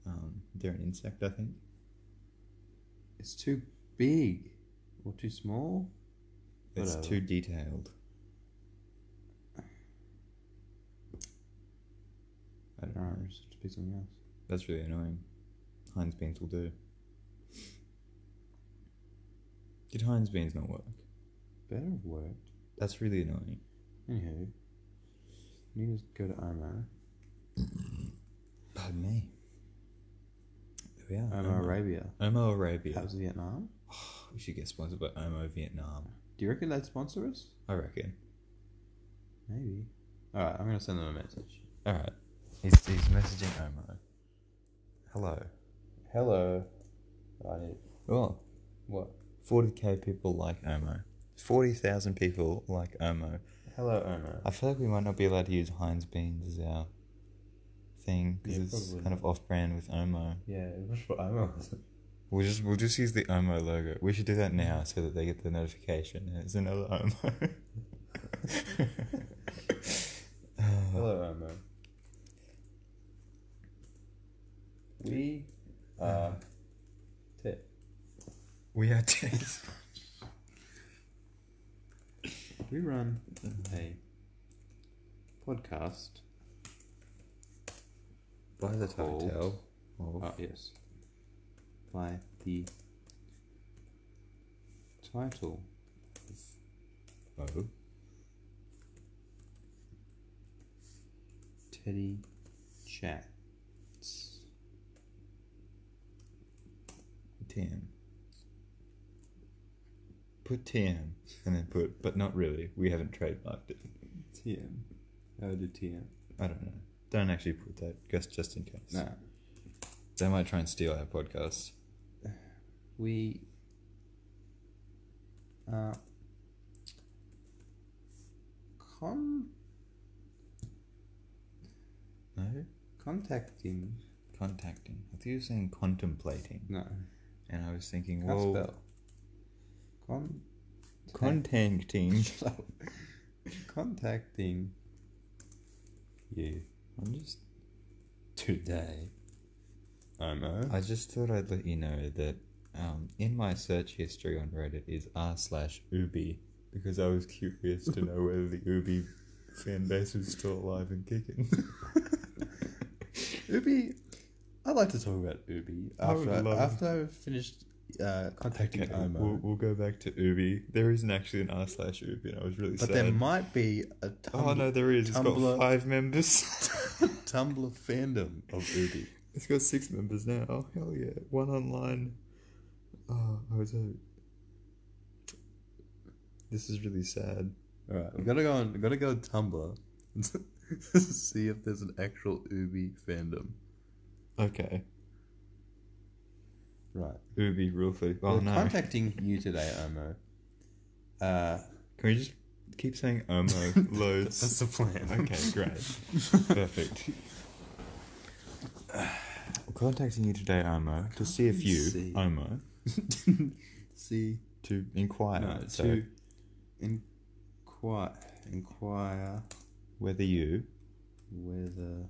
Speaker 2: Um, they're an insect, I think.
Speaker 4: It's too big or too small.
Speaker 2: It's
Speaker 4: Whatever.
Speaker 2: too detailed. I don't
Speaker 4: All
Speaker 2: know.
Speaker 4: right, it's to be something else.
Speaker 2: That's really annoying. Heinz beans will do. Did Heinz beans not work?
Speaker 4: Better have worked.
Speaker 2: That's really annoying.
Speaker 4: Anywho, you can just go to Omo.
Speaker 2: Pardon me. There we are.
Speaker 4: Omo Arabia.
Speaker 2: Omo Arabia.
Speaker 4: That was Vietnam.
Speaker 2: We should get sponsored by Omo Vietnam.
Speaker 4: Do you reckon they'd sponsor us?
Speaker 2: I reckon.
Speaker 4: Maybe. All right, I'm gonna send them a message.
Speaker 2: All right. He's, he's messaging Omo. Hello.
Speaker 4: Hello. I did.
Speaker 2: Oh,
Speaker 4: What?
Speaker 2: 40k people like Omo. 40,000 people like Omo.
Speaker 4: Hello, Omo.
Speaker 2: I feel like we might not be allowed to use Heinz beans as our thing because
Speaker 4: Yeah,
Speaker 2: it's
Speaker 4: probably
Speaker 2: kind of off-brand with Omo.
Speaker 4: Yeah, it was for Omo.
Speaker 2: We'll just we'll just use the Omo logo. We should do that now so that they get the notification. It's another Omo.
Speaker 4: Hello, Omo. We are Ted.
Speaker 2: we are Tess.
Speaker 4: We run a podcast.
Speaker 2: By the Uh,
Speaker 4: Cold.
Speaker 2: hotel.
Speaker 4: Oh, yes. By the title
Speaker 2: Oh.
Speaker 4: Teddy Chats.
Speaker 2: TM. Put TM and then put, but not really. We haven't trademarked it.
Speaker 4: TM. How did TM?
Speaker 2: I don't know. Don't actually put that just just in case.
Speaker 4: No.
Speaker 2: They might try and steal our podcast.
Speaker 4: We uh, are con-
Speaker 2: No.
Speaker 4: contacting.
Speaker 2: Contacting. I think you were saying contemplating.
Speaker 4: No.
Speaker 2: And I was thinking,
Speaker 4: Can't
Speaker 2: well,
Speaker 4: spell. Con-
Speaker 2: contacting.
Speaker 4: contacting you
Speaker 2: I'm just.
Speaker 4: today. Omo.
Speaker 2: I just thought I'd let you know that um, in my search history on Reddit is r slash ubi because I was curious to know whether the ubi fan base was still alive and kicking.
Speaker 4: Ubi, I'd like to talk about Ubi
Speaker 2: I would
Speaker 4: after I
Speaker 2: love-
Speaker 4: after I've finished uh, contacting
Speaker 2: Okay,
Speaker 4: Omo.
Speaker 2: we'll, we'll go back to ubi. There isn't actually an r slash ubi, and I was really
Speaker 4: but
Speaker 2: sad.
Speaker 4: there might be a
Speaker 2: oh no,
Speaker 4: Tumblr,
Speaker 2: there is. It's got
Speaker 4: Tumblr.
Speaker 2: five members.
Speaker 4: Tumblr fandom of Ubi.
Speaker 2: it's got six members now. Oh hell yeah! One online. Oh, I was. Uh, this is really sad.
Speaker 4: All right, we gotta go on. We gotta go on Tumblr and see if there's an actual Ubi fandom.
Speaker 2: Okay. Right. It would be real food. Oh,
Speaker 4: We're
Speaker 2: no.
Speaker 4: contacting you today, Omo. Uh,
Speaker 2: Can we just keep saying Omo loads?
Speaker 6: the plan.
Speaker 2: okay, great. Perfect. Contacting you today, Omo, to see if you,
Speaker 4: see.
Speaker 2: Omo,
Speaker 4: see,
Speaker 2: to inquire
Speaker 4: no,
Speaker 2: so
Speaker 4: to inquire, inquire
Speaker 2: whether you,
Speaker 4: whether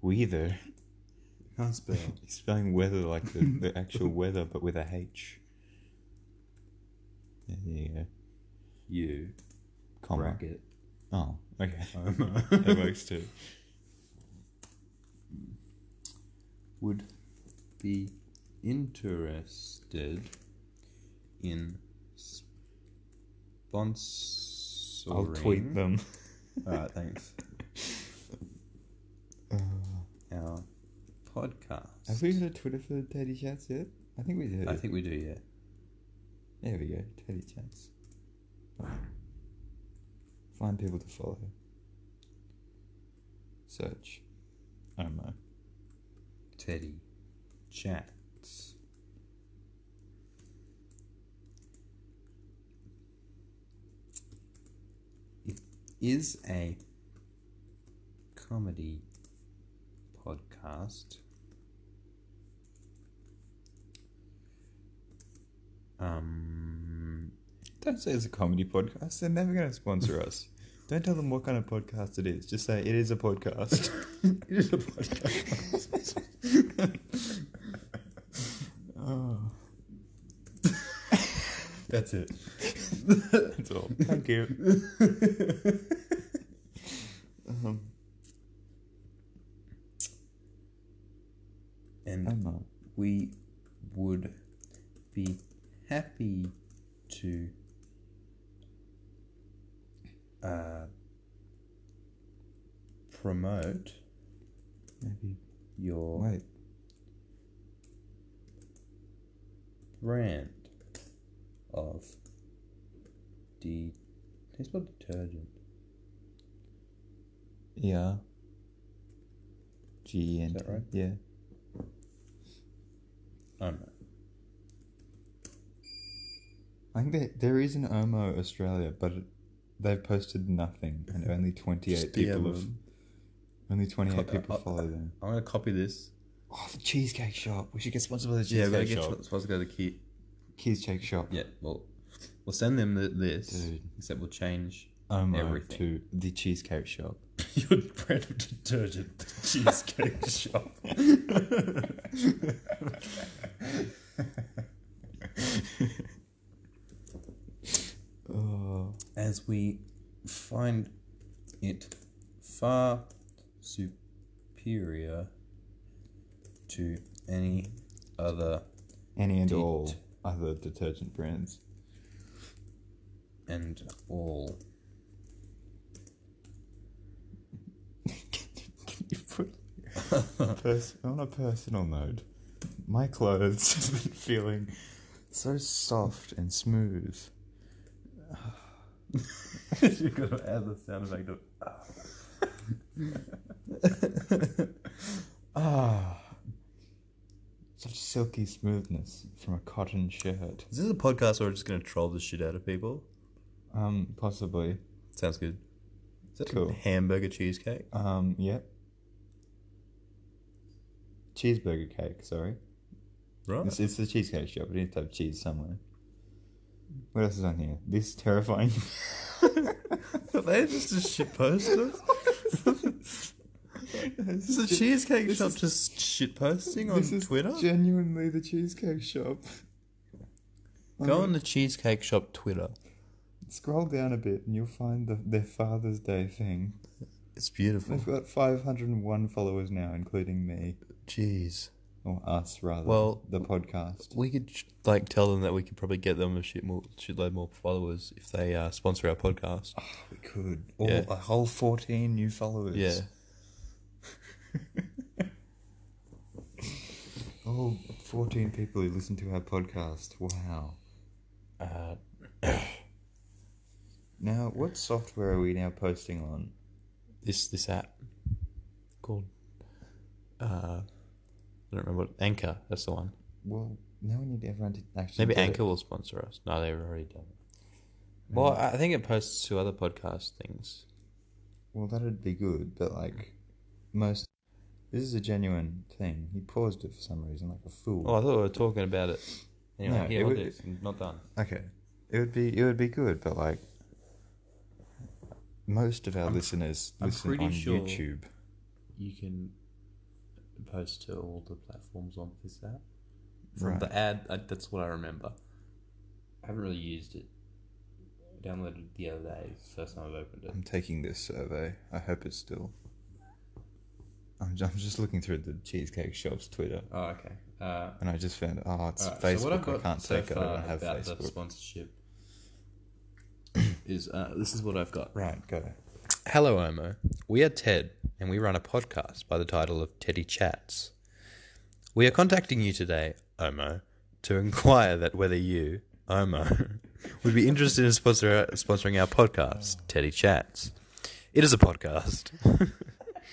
Speaker 2: whether,
Speaker 4: can't spell
Speaker 2: spelling weather like the, the actual weather but with a H. Yeah, There you go.
Speaker 4: you
Speaker 2: Comma.
Speaker 4: bracket
Speaker 2: Oh, okay.
Speaker 4: Omo
Speaker 2: that works too.
Speaker 4: would be interested in sponsoring.
Speaker 2: I'll tweet them.
Speaker 4: All right, thanks. Our podcast.
Speaker 2: Uh. Have we got a Twitter for Teddy Chats yet? I think we did.
Speaker 4: I think we do, yeah.
Speaker 2: There we go, Teddy Chats. Find people to follow. Search. I don't know.
Speaker 4: Teddy chats. It is a comedy podcast. Um,
Speaker 2: Don't say it's a comedy podcast. They're never going to sponsor us. Don't tell them what kind of podcast it is. Just say it is a podcast. it is a podcast. oh.
Speaker 4: that's it.
Speaker 2: That's all. Thank you. um,
Speaker 4: And
Speaker 2: I'm not.
Speaker 4: we would be happy to uh, promote
Speaker 2: Maybe.
Speaker 4: your
Speaker 2: Wait.
Speaker 4: brand of de- they spell detergent
Speaker 2: Yeah. G E and
Speaker 4: that right?
Speaker 2: yeah.
Speaker 4: oh no
Speaker 2: I think there, there is an OMO Australia, but it, they've posted nothing, and only twenty eight people have only twenty eight
Speaker 4: Co- uh,
Speaker 2: people
Speaker 4: uh,
Speaker 2: follow them.
Speaker 4: I'm gonna copy this
Speaker 2: Oh, the Cheesecake Shop! We should get sponsored by the
Speaker 4: yeah
Speaker 2: Cheesecake
Speaker 4: we're gonna get
Speaker 2: Shop.
Speaker 4: supposed to go to the key
Speaker 2: Cheesecake Shop.
Speaker 4: yeah well we'll send them the, this
Speaker 2: Dude.
Speaker 4: except we'll change
Speaker 2: OMO
Speaker 4: Everything.
Speaker 2: to the Cheesecake Shop.
Speaker 4: your brand of detergent the cheesecake shop
Speaker 2: Oh,
Speaker 4: as we find it far superior to any other
Speaker 2: any and
Speaker 4: Det-
Speaker 2: all other detergent brands.
Speaker 4: and all
Speaker 2: Can you put pers- on a personal note? My clothes have been feeling so soft and smooth.
Speaker 4: you gotta add the sound effect of
Speaker 2: Ah, such silky smoothness from a cotton shirt.
Speaker 4: is this a podcast where we're just gonna troll the shit out of people
Speaker 2: Um, possibly.
Speaker 4: sounds good is that
Speaker 2: Cool.
Speaker 4: a hamburger cheesecake
Speaker 2: Um, yep. Cheeseburger cake. Sorry,
Speaker 4: right
Speaker 2: it's, it's the cheesecake shop. We need to have cheese somewhere. What else is on here? This terrifying.
Speaker 4: Are they just a shit poster? is the cheesecake shop just shit posting on
Speaker 2: this is
Speaker 4: Twitter?
Speaker 2: genuinely the cheesecake shop.
Speaker 4: Go on the cheesecake shop Twitter.
Speaker 2: Scroll down a bit and you'll find the, their Father's Day thing.
Speaker 4: It's beautiful.
Speaker 2: They've got 501 followers now, including me.
Speaker 4: Jeez,
Speaker 2: Or us, rather.
Speaker 4: Well-
Speaker 2: the podcast.
Speaker 4: we could sh- like tell them that we could probably get them a shit more shitload more followers if they uh, sponsor our podcast.
Speaker 2: We could.
Speaker 4: All- Yeah.
Speaker 2: a whole 14 new followers.
Speaker 4: Yeah,
Speaker 2: Oh, 14 people who listen to our podcast. Wow.
Speaker 4: uh,
Speaker 2: Now, what software are we now posting on?
Speaker 4: this this app called uh, I don't remember what Anchor. That's the one.
Speaker 2: Well, now we need everyone to actually.
Speaker 4: Maybe
Speaker 2: do it.
Speaker 4: Anchor will sponsor us. No, they've already done it. Well,
Speaker 2: Mm.
Speaker 4: I I think it posts to other podcast things.
Speaker 2: Well, that'd be good, but like most. This is a genuine thing. He paused it for some reason, like a fool.
Speaker 4: Oh, I thought we were talking about it. Anyway,
Speaker 2: No,
Speaker 4: here,
Speaker 2: it
Speaker 4: I'll
Speaker 2: would-
Speaker 4: do this. I'm not done.
Speaker 2: Okay, it would be it would be good, but like most of our listeners
Speaker 4: I'm
Speaker 2: listen
Speaker 4: pretty
Speaker 2: on
Speaker 4: sure-
Speaker 2: YouTube.
Speaker 4: You can post to all the platforms on this app. From
Speaker 2: Right.
Speaker 4: the ad, I, that's what I remember. I haven't really used it. I downloaded it the other day. It's the first time I've opened it.
Speaker 2: I'm taking this survey. I hope it's still. I'm, ju- I'm just looking through the Cheesecake Shop's Twitter,
Speaker 4: Oh, okay. Uh,
Speaker 2: and I just found oh, it's
Speaker 4: Alright,
Speaker 2: Facebook.
Speaker 4: So what I've
Speaker 2: I
Speaker 4: got
Speaker 2: can't
Speaker 4: so
Speaker 2: take it. I
Speaker 4: far
Speaker 2: don't have
Speaker 4: about The
Speaker 2: Facebook.
Speaker 4: sponsorship is uh, this is what I've got.
Speaker 2: Right, go.
Speaker 4: Hello, Omo. We are Ted, and we run a podcast by the title of Teddy Chats. We are contacting you today, Omo, to inquire that whether you, Omo, would be interested in sponsor- sponsoring our podcast, Teddy Chats. It is a podcast,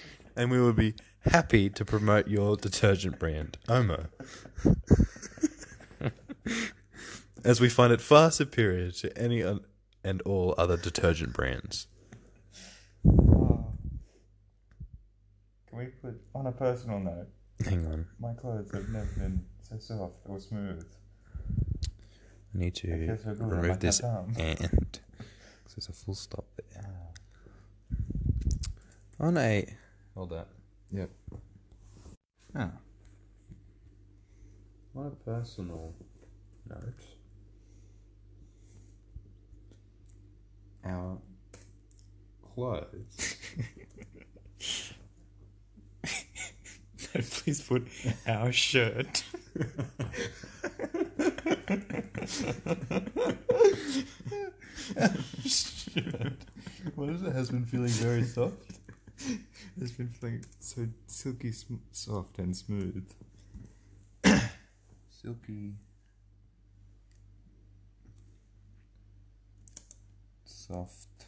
Speaker 4: and we would be happy to promote your detergent brand, Omo, as we find it far superior to any un- and all other detergent brands.
Speaker 2: Ah. Can we put on a personal note?
Speaker 4: Hang on.
Speaker 2: My clothes have never been so soft or smooth.
Speaker 4: I need to
Speaker 2: It feels so good, I
Speaker 4: remove
Speaker 2: like
Speaker 4: this
Speaker 2: that arm.
Speaker 4: and because there's a full stop there. On a hold that.
Speaker 2: Yep. Ah,
Speaker 4: On a personal note, our clothes. no, please put our shirt.
Speaker 2: what is it? Has been feeling very soft. Has been feeling so silky, sm- soft and smooth. silky, soft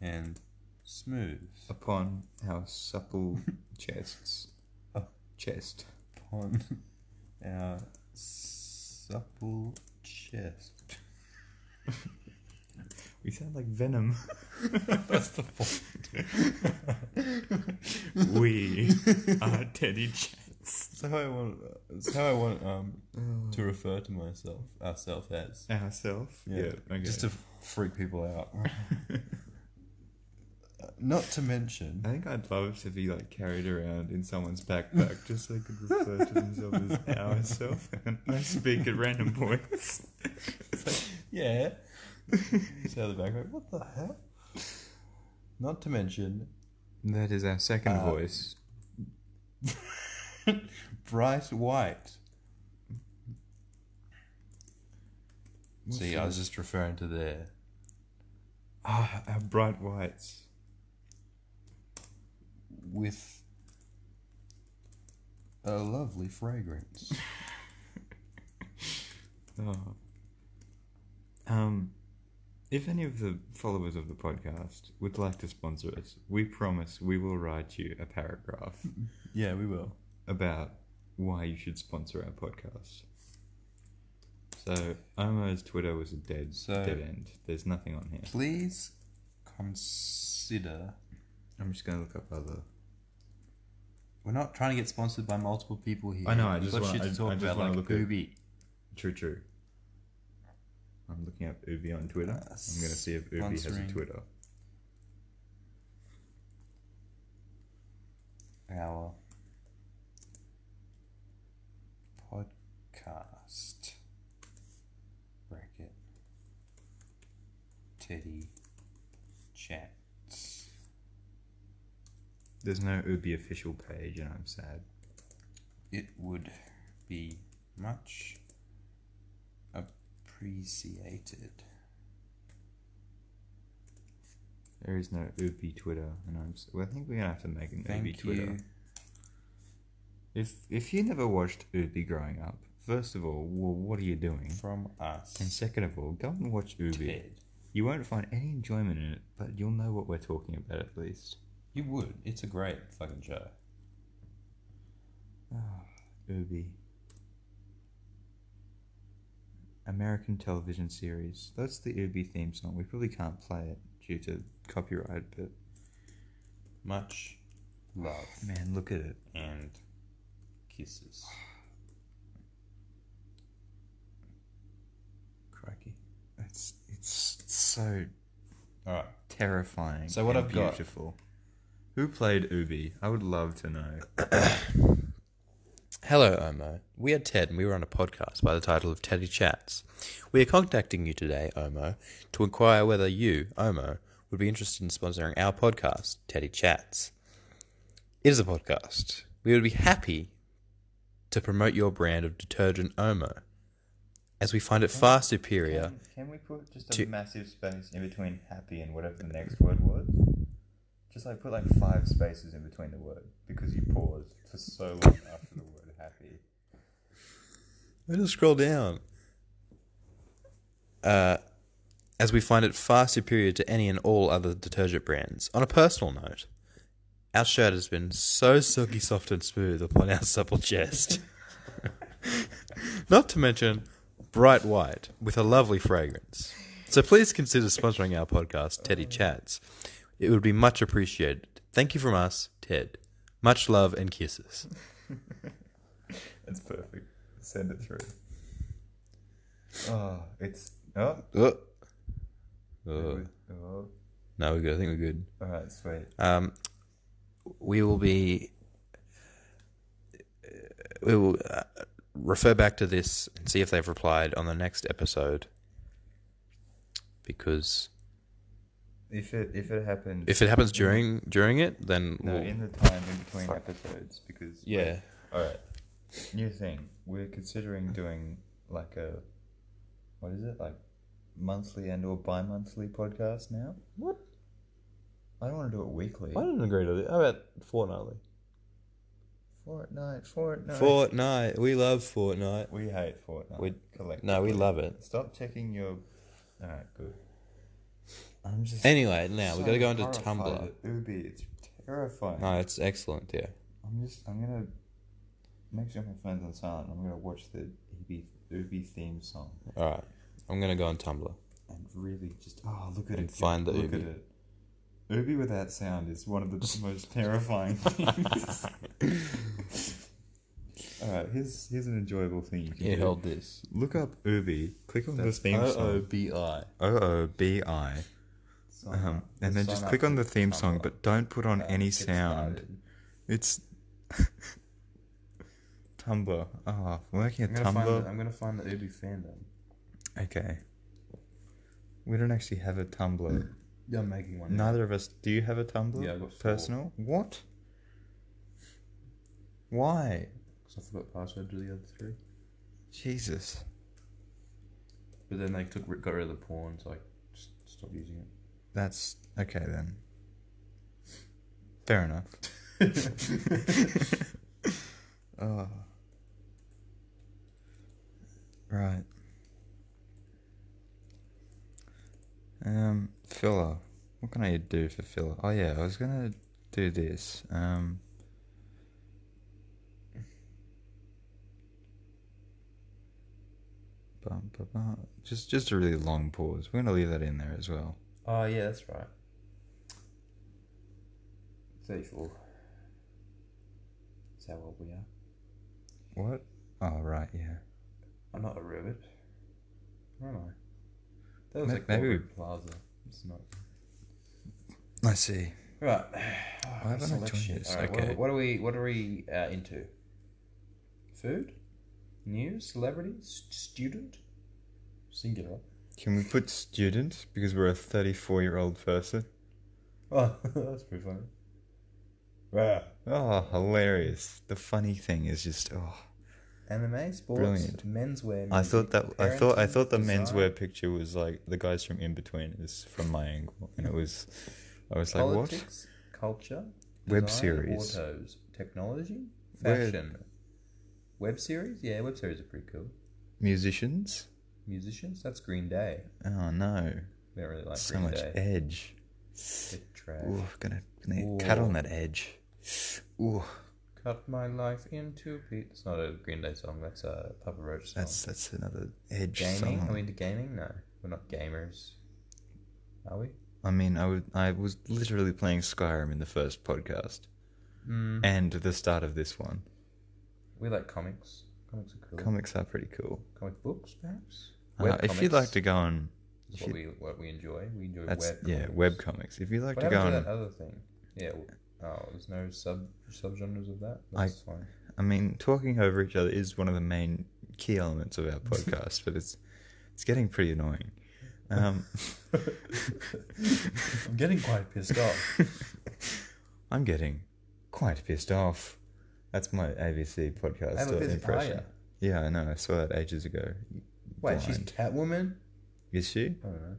Speaker 4: and smooth
Speaker 2: upon our supple chests.
Speaker 4: Oh.
Speaker 2: Chest.
Speaker 4: upon our supple chest.
Speaker 2: We sound like Venom.
Speaker 4: That's the point. we are Teddy Chats.
Speaker 1: That's how I want. That's how I want um to refer to myself, ourself as.
Speaker 2: Ourself.
Speaker 1: Yeah,
Speaker 2: okay.
Speaker 1: Just to freak people out. Not to mention,
Speaker 2: I think I'd love to be like carried around in someone's backpack just so they could refer to themselves as ourself. And I speak at random points.
Speaker 1: yeah. Just out of the background. What the hell? Not to mention,
Speaker 2: That is our second voice.
Speaker 1: bright white.
Speaker 4: See, I was just referring to their
Speaker 2: Ah, our bright whites.
Speaker 1: with a lovely fragrance.
Speaker 2: Oh. Um, if any of the followers of the podcast would like to sponsor us, we promise we will write you a paragraph
Speaker 1: yeah, we will.
Speaker 2: about why you should sponsor our podcast. So Omar's Twitter was a dead
Speaker 1: So-
Speaker 2: dead end. There's nothing on here.
Speaker 1: Please consider.
Speaker 2: I'm just gonna look up other.
Speaker 1: We're not trying to get sponsored by multiple people here.
Speaker 2: I know, I
Speaker 1: We've
Speaker 2: just
Speaker 1: got
Speaker 2: wanna-
Speaker 1: shit
Speaker 2: I-
Speaker 1: to
Speaker 2: I
Speaker 1: talk
Speaker 2: just
Speaker 1: about,
Speaker 2: wanna
Speaker 1: like
Speaker 2: look at-
Speaker 1: Ubi.
Speaker 2: True, true. I'm looking up Ubi on Twitter. I'm gonna see if Ubi has a
Speaker 1: sponsoring.
Speaker 2: Twitter.
Speaker 1: our podcast bracket Teddy chats.
Speaker 2: There's no Ubi official page, and I'm sad.
Speaker 1: It would be much appreciated.
Speaker 2: There is no Ubi Twitter, and I'm. s well, I think we're gonna have to make an Ubi
Speaker 1: Thank
Speaker 2: Twitter.
Speaker 1: you.
Speaker 2: If if you never watched Ubi growing up, first of all, well, what are you doing?
Speaker 1: From us,
Speaker 2: And second of all, go and watch Ubi.
Speaker 1: Ted.
Speaker 2: You won't find any enjoyment in it, but you'll know what we're talking about at least.
Speaker 1: You would. It's a great fucking show.
Speaker 2: Irby. American television series. That's the Irby theme song. We probably can't play it due to copyright, but
Speaker 3: Much love
Speaker 2: man, look at it.
Speaker 3: and kisses.
Speaker 2: Crikey. It's it's so
Speaker 3: All right.
Speaker 2: terrifying.
Speaker 3: So what
Speaker 2: and
Speaker 3: I've got-
Speaker 2: beautiful. Who played Ubi? I would love to know.
Speaker 4: Hello, Omo. We are Ted and we were on a podcast by the title of Teddy Chats. We are contacting you today, Omo, to inquire whether you, Omo, would be interested in sponsoring our podcast, Teddy Chats. It is a podcast. We would be happy to promote your brand of detergent Omo, as we find it far superior.
Speaker 2: Can we put just a
Speaker 4: To-
Speaker 2: massive space in between happy and whatever the next word was? Just like put like five spaces in between the word because you paused for so long after the word happy.
Speaker 4: Let us scroll down. Uh, as we find it far superior to any and all other detergent brands. On a personal note, our shirt has been so silky soft and smooth upon our supple chest. Not to mention bright white with a lovely fragrance. So please consider sponsoring our podcast, Teddy Chats. It would be much appreciated. Thank you from us, Ted. Much love and kisses.
Speaker 2: That's perfect. Send it through. Oh, it's oh.
Speaker 4: Oh,
Speaker 2: oh. oh.
Speaker 4: no, we're good. I think we're good.
Speaker 2: All right, sweet.
Speaker 4: um, we will be we will uh, refer back to this and see if they've replied on the next episode because
Speaker 2: If it if it happens,
Speaker 4: if it happens during during it then
Speaker 2: no,
Speaker 4: we'll,
Speaker 2: in the time in between episodes, because
Speaker 3: Yeah.
Speaker 2: All right. New thing. We're considering doing like a what is it? Like monthly and or bi-monthly podcast now?
Speaker 1: What?
Speaker 2: I don't want to do it weekly.
Speaker 1: I didn't agree to this. How about fortnightly?
Speaker 2: Fortnite, Fortnite.
Speaker 3: Fortnite. We love Fortnite.
Speaker 2: we hate Fortnite.
Speaker 3: We-
Speaker 2: collectively.
Speaker 3: No, we love it.
Speaker 2: Stop checking your All right, good. I'm just
Speaker 3: Anyway, now we got to go into
Speaker 2: horrified
Speaker 3: Tumblr.
Speaker 2: at Ubi, it's terrifying.
Speaker 3: No, it's excellent. Yeah.
Speaker 2: I'm just I'm going to make sure my phone's on silent. I'm going to watch the Ubi Ubi theme song.
Speaker 3: All right. I'm gonna go on Tumblr.
Speaker 2: and really just oh look at
Speaker 3: And
Speaker 2: it
Speaker 3: find the E
Speaker 2: look
Speaker 3: Ubi.
Speaker 2: at it Ubi without sound is one of the most terrifying things all right here's here's an enjoyable thing you can do.
Speaker 3: held this.
Speaker 2: look up Ubi click on the theme
Speaker 3: O O
Speaker 2: song
Speaker 3: B I.
Speaker 2: O-O-B-I um, and then just click on the theme song but don't put on any sound it's Tumblr oh working at
Speaker 1: I'm gonna, find the,
Speaker 2: Tumblr
Speaker 1: I'm gonna find the Ubi fandom.
Speaker 2: okay we don't actually have a Tumblr
Speaker 1: Yeah, I'm making one.
Speaker 2: Neither of us. Do you have a Tumblr?
Speaker 1: Yeah, I've got four.
Speaker 2: Personal? What? Why?
Speaker 1: Because I forgot password to the other three.
Speaker 2: Jesus.
Speaker 1: But then they took got rid of the porn, so I just stopped using it.
Speaker 2: That's okay then. Fair enough. oh. Right. Um, filler. What can I do for filler? Oh yeah, I was gonna do this. Um. Bum, bum, bum. Just, just a really long pause. We're gonna leave that in there as well.
Speaker 1: Oh yeah, that's right. Thirty-four. Is how old we are.
Speaker 2: What? Oh right, yeah.
Speaker 1: I'm not a rabbit. Where am I? That was
Speaker 2: Ma-
Speaker 1: like
Speaker 2: maybe we-
Speaker 1: Corporate Plaza. It's not.
Speaker 2: I see.
Speaker 1: Right.
Speaker 2: Why haven't I joined this?
Speaker 1: All right,
Speaker 4: Okay.
Speaker 1: what, what are we? What are we uh, into? Food, news, celebrities, student, singular.
Speaker 2: Can we put student because we're a 34 year old person?
Speaker 1: Oh, that's pretty funny. Wow.
Speaker 2: Oh, hilarious. The funny thing is just oh,
Speaker 1: Anime, sports,
Speaker 2: Brilliant.
Speaker 1: menswear.
Speaker 2: I thought that I thought I thought the
Speaker 1: men's
Speaker 2: menswear picture was like the guys from in between is from my angle and it was I was like what?
Speaker 1: politics, culture,
Speaker 2: Web
Speaker 1: design,
Speaker 2: series.
Speaker 1: autos, technology,
Speaker 2: Web-
Speaker 1: fashion, web series. Yeah, web series are pretty cool.
Speaker 2: Musicians?
Speaker 1: Musicians. That's Green Day.
Speaker 2: Oh no.
Speaker 1: We don't really like
Speaker 2: so
Speaker 1: Green
Speaker 2: much
Speaker 1: Day.
Speaker 2: edge.
Speaker 1: Bit trash.
Speaker 2: Ooh, gonna, gonna cut
Speaker 1: Ooh.
Speaker 2: on that edge. Ooh.
Speaker 1: Cut my life into pieces. It's not a Green Day song. That's a Papa Roach song.
Speaker 2: That's that's another edge
Speaker 1: gaming.
Speaker 2: song.
Speaker 1: Are we into gaming? No, we're not gamers. Are we?
Speaker 2: I mean, I, would, I was literally playing Skyrim in the first podcast
Speaker 1: Mm.
Speaker 2: and the start of this one.
Speaker 1: We like comics. Comics are cool.
Speaker 2: Comics are pretty cool.
Speaker 1: Comic books, perhaps.
Speaker 2: Uh, if you'd like
Speaker 1: comics
Speaker 2: to go and
Speaker 1: is what we what we enjoy. We enjoy
Speaker 2: that's
Speaker 1: web.
Speaker 2: yeah,
Speaker 1: comics.
Speaker 2: web comics. If you'd like
Speaker 1: What
Speaker 2: to go
Speaker 1: happened to
Speaker 2: and
Speaker 1: that other thing? Yeah. w- Oh, there's no sub subgenres of that.
Speaker 2: I-
Speaker 1: That's fine.
Speaker 2: I mean, talking over each other is one of the main key elements of our podcast, but it's it's getting pretty annoying. Um,
Speaker 1: I'm getting quite pissed off.
Speaker 2: I'm getting quite pissed off. That's my ABC podcast
Speaker 1: I'm a bit oh,
Speaker 2: impression.
Speaker 1: higher.
Speaker 2: Yeah, I know. I saw that ages ago.
Speaker 1: Wait, she's
Speaker 2: Blind.
Speaker 1: Catwoman.
Speaker 2: Is she?
Speaker 1: I don't know.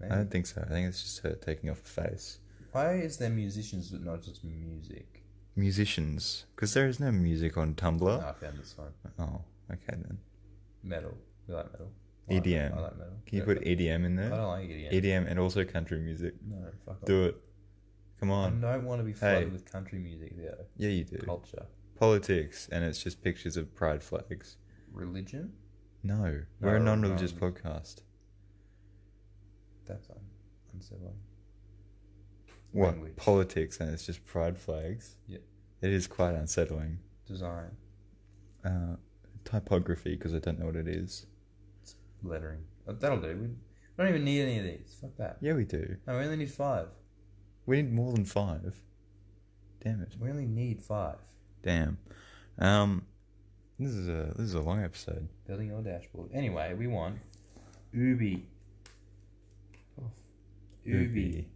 Speaker 1: Maybe.
Speaker 2: I don't think so. I think it's just her taking off her face.
Speaker 1: Why is there musicians but not just music?
Speaker 2: Musicians, because there is no music on Tumblr.
Speaker 1: No, I found this one.
Speaker 2: Oh, okay then.
Speaker 1: Metal. We like metal. I like-
Speaker 2: EDM.
Speaker 1: I like metal.
Speaker 2: Can you
Speaker 1: Yeah,
Speaker 2: put
Speaker 1: but-
Speaker 2: EDM in
Speaker 1: I
Speaker 2: there?
Speaker 1: don't Oh. like EDM.
Speaker 2: EDM and also country music.
Speaker 1: No, fuck off.
Speaker 2: Do it. Come
Speaker 1: I
Speaker 2: on.
Speaker 1: don't want to be
Speaker 2: Hey.
Speaker 1: flooded with country music, Theo.
Speaker 2: Yeah, you do.
Speaker 1: Culture.
Speaker 2: Politics, and it's just pictures of pride flags.
Speaker 1: Religion?
Speaker 2: No, we're a
Speaker 1: No,
Speaker 2: non-religious
Speaker 1: no.
Speaker 2: podcast.
Speaker 1: That's un- unsettling.
Speaker 2: What
Speaker 1: Language.
Speaker 2: politics, and it's just pride flags.
Speaker 1: Yeah.
Speaker 2: it is quite unsettling.
Speaker 1: Design.
Speaker 2: Uh, typography, because I don't know what it is.
Speaker 1: Lettering. Uh, That'll do. We we don't even need any of these. Fuck that.
Speaker 2: Yeah, we do.
Speaker 1: No, we only need five.
Speaker 2: We need more than five. Damn it.
Speaker 1: We only need five.
Speaker 2: Damn. Um, this is a this is a long episode.
Speaker 1: Building your dashboard. Anyway, we want Ubi. Oh. Ubi.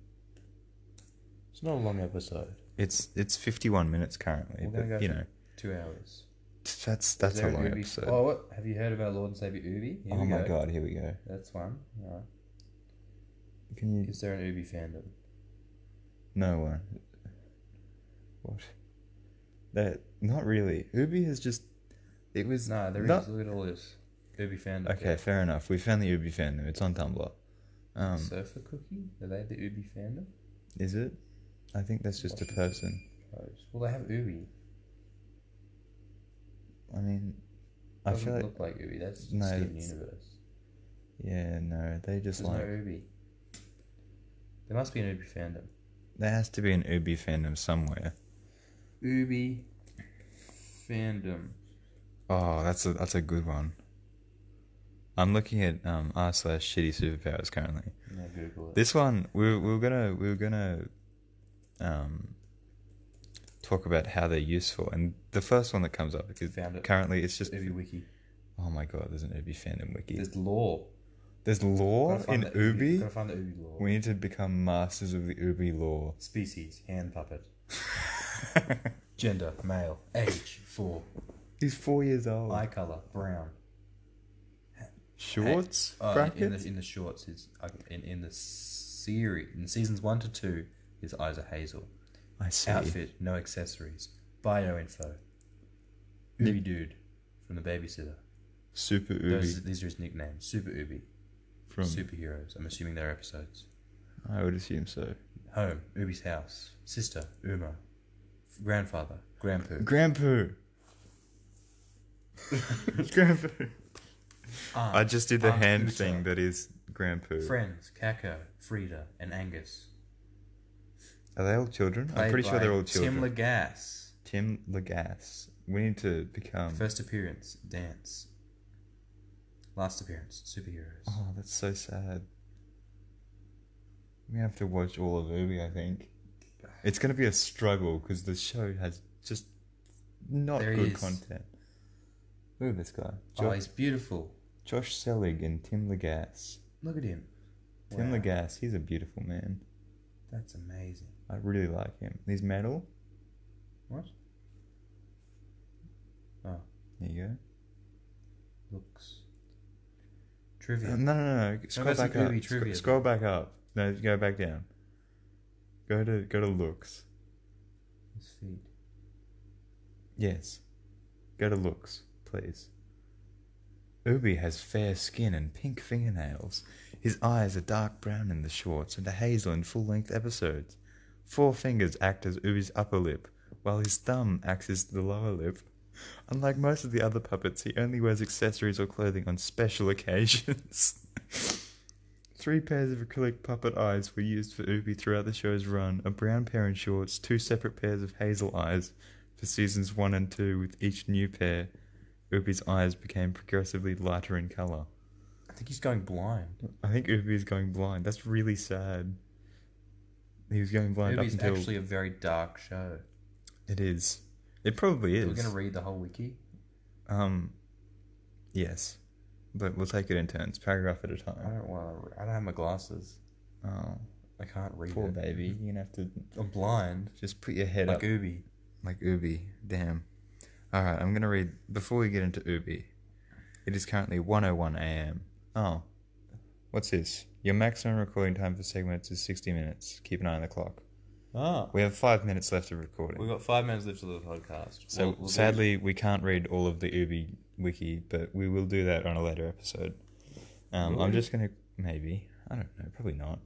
Speaker 1: It's not a long episode.
Speaker 2: It's it's fifty one minutes currently,
Speaker 1: We're gonna
Speaker 2: but
Speaker 1: go
Speaker 2: you
Speaker 1: for-
Speaker 2: know
Speaker 1: Two hours.
Speaker 2: t- that's
Speaker 1: Is
Speaker 2: that's a
Speaker 1: there
Speaker 2: long
Speaker 1: an Ubi-
Speaker 2: episode.
Speaker 1: Oh, what? have you heard of our Lord and Savior Ubi? Here
Speaker 2: oh
Speaker 1: we
Speaker 2: my
Speaker 1: go.
Speaker 2: god, here we go.
Speaker 1: That's one. All right.
Speaker 2: Can you?
Speaker 1: Is there an Ubi fandom?
Speaker 2: No one. What? That not really. Ubi has just. It was
Speaker 1: No, there is.
Speaker 2: not-
Speaker 1: Look at all this. Ubi fandom.
Speaker 2: Okay, fair enough. We found the Ubi fandom. It's on Tumblr. Um,
Speaker 1: Surfer Cookie? Are they the Ubi fandom?
Speaker 2: is it? I think that's just a
Speaker 1: Washington.
Speaker 2: person.
Speaker 1: Close. Well, they have Ubi.
Speaker 2: I mean, I
Speaker 1: Doesn't
Speaker 2: feel like
Speaker 1: look like Ubi. That's
Speaker 2: No,
Speaker 1: Steven
Speaker 2: it's-
Speaker 1: Universe.
Speaker 2: yeah, no, they just
Speaker 1: There's
Speaker 2: like
Speaker 1: no Ubi. There must be an Ubi fandom.
Speaker 2: there has to be an Ubi fandom somewhere.
Speaker 1: Ubi fandom.
Speaker 2: Oh, that's a that's a good one. I'm looking at um r slash shitty superpowers currently.
Speaker 1: No, Google it.
Speaker 2: This one we were- we were gonna we were gonna um talk about how they're useful, and the first one that comes up because
Speaker 1: Found it.
Speaker 2: currently it's just
Speaker 1: Ubi wiki.
Speaker 2: oh my god, there's an Ubi fandom wiki.
Speaker 1: There's law.
Speaker 2: There's lore
Speaker 1: Gotta find
Speaker 2: in
Speaker 1: the
Speaker 2: Ubi.
Speaker 1: Gotta find the Ubi law.
Speaker 2: We need to become masters of the Ubi lore.
Speaker 1: Species. Hand puppet. Gender. Male. Age. Four.
Speaker 2: He's four years old.
Speaker 1: Eye color. Brown.
Speaker 2: Shorts
Speaker 1: Uh, in- in,
Speaker 2: brackets.
Speaker 1: the, in the shorts is uh, in, in the series in seasons one to two his eyes are hazel
Speaker 2: I see.
Speaker 1: outfit no accessories bio info ubi dude from the babysitter
Speaker 2: Super Ubi
Speaker 1: Those, these are his nicknames super ubi
Speaker 2: from.
Speaker 1: superheroes i'm assuming they're episodes
Speaker 2: I would assume so.
Speaker 1: home ubi's house sister uma grandfather grandpa
Speaker 2: Grandpa. Grandpa.
Speaker 1: aunt,
Speaker 2: I just did the
Speaker 1: Aunt
Speaker 2: hand
Speaker 1: Uta.
Speaker 2: thing that is Grandpa.
Speaker 1: friends kako frida and angus
Speaker 2: Are they all children? I'm
Speaker 1: Played
Speaker 2: pretty sure
Speaker 1: by
Speaker 2: they're all
Speaker 1: tim
Speaker 2: children.
Speaker 1: lagasse
Speaker 2: Tim, Lagasse. We need to become.
Speaker 1: First appearance, dance. Last appearance, superheroes.
Speaker 2: Oh, that's so sad. We have to watch all of Ubi, I think. It's going to be a struggle because the show has just not
Speaker 1: There he
Speaker 2: good
Speaker 1: is.
Speaker 2: content. Look at this guy.
Speaker 1: Oh,
Speaker 2: Jo-
Speaker 1: he's beautiful.
Speaker 2: Josh Selig and Tim Lagasse.
Speaker 1: Look at him.
Speaker 2: Tim
Speaker 1: Wow,
Speaker 2: Lagasse, he's a beautiful man.
Speaker 1: That's amazing.
Speaker 2: I really like him. He's metal.
Speaker 1: What? Oh,
Speaker 2: There you
Speaker 1: looks. Trivia.
Speaker 2: go. No, no, no. no. Scroll
Speaker 1: that's
Speaker 2: back
Speaker 1: some
Speaker 2: up.
Speaker 1: Ubi
Speaker 2: Sc-
Speaker 1: trivia,
Speaker 2: scroll back up. No, go back down. Go to go to looks.
Speaker 1: His feet.
Speaker 2: Yes. Go to looks, please. Ubi has fair skin and pink fingernails. His eyes are dark brown in the shorts and a hazel in full length episodes. Four fingers act as Ubi's upper lip, while his thumb acts as the lower lip. Unlike most of the other puppets, he only wears accessories or clothing on special occasions. Three pairs of acrylic puppet eyes were used for Ubi throughout the show's run a brown pair in shorts, two separate pairs of hazel eyes for seasons one and two, with each new pair, Ubi's eyes became progressively lighter in colour.
Speaker 7: I think he's going blind.
Speaker 2: I think Ubi is going blind. That's really sad. He was going blind
Speaker 7: Ubi's
Speaker 2: up until
Speaker 7: actually a very dark show.
Speaker 2: it is. It probably
Speaker 7: We're
Speaker 2: is.
Speaker 7: going to read the whole wiki.
Speaker 2: um, yes, but we'll take it in turns, paragraph at a
Speaker 7: I
Speaker 2: time.
Speaker 7: don't want to. I don't have my glasses.
Speaker 2: Oh,
Speaker 7: I can't read
Speaker 2: poor
Speaker 7: it.
Speaker 2: baby. You're gonna have to
Speaker 7: I'm blind,
Speaker 2: just put your head
Speaker 7: like
Speaker 2: up
Speaker 7: Ubi.
Speaker 2: Like Ubi. Damn. All right, I'm going to read. Before we get into Ubi, it is currently 101 a.m. Oh. What's this? Your maximum recording time for segments is 60 minutes. Keep an eye on the clock.
Speaker 7: Ah,
Speaker 2: We have five minutes left of recording.
Speaker 7: we've got five minutes left of the podcast.
Speaker 2: so
Speaker 7: We'll- we'll do-
Speaker 2: sadly, we can't read all of the Ubi wiki, but we will do that on a later episode. Um, I'm just going to. Maybe. I don't know. Probably not.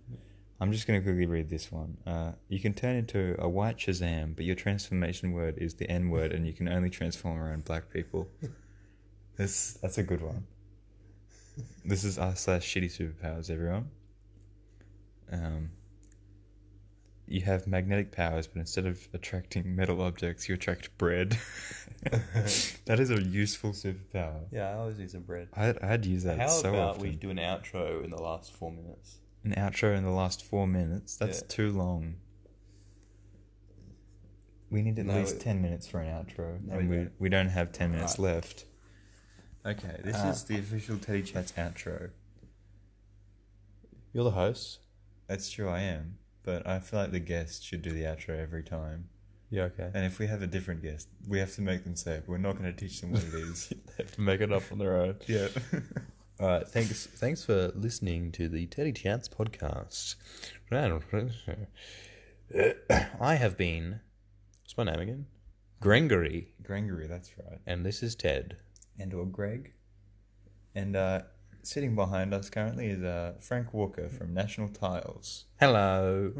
Speaker 2: I'm just going to quickly read this one. Uh, you can turn into a white Shazam, but your transformation word is the N word, and you can only transform around black people. This that's a good one. This is our slash shitty superpowers, everyone. Um, you have magnetic powers, but instead of attracting metal objects, you attract bread. that is a useful superpower.
Speaker 7: yeah, I always need some bread.
Speaker 2: I I'd use that
Speaker 7: How
Speaker 2: so
Speaker 7: about
Speaker 2: often.
Speaker 7: we do an outro in the last four minutes?
Speaker 2: An outro in the last four minutes. That's
Speaker 7: Yeah.
Speaker 2: too long. We need at
Speaker 7: No,
Speaker 2: least
Speaker 7: it-
Speaker 2: ten minutes for an outro,
Speaker 7: No, we
Speaker 2: and we,
Speaker 7: don't.
Speaker 2: we don't have ten minutes left. Okay, this
Speaker 7: Uh,
Speaker 2: is the official Teddy Chats outro.
Speaker 4: You're the host.
Speaker 2: That's true, I am. But I feel like the guest should do the outro every time.
Speaker 4: Yeah, okay.
Speaker 2: And if we have a different guest, we have to make them say it. We're not going to teach them what it is.
Speaker 4: They have to make it up on their own.
Speaker 2: yeah.
Speaker 4: All right, thanks. Thanks for listening to the Teddy Chance podcast. I have been. What's my name again? Grengory,
Speaker 2: Grangery, that's right.
Speaker 4: and this is Ted.
Speaker 2: And or Greg. And uh, sitting behind us currently is uh, Frank Walker from National Tiles.
Speaker 4: Hello.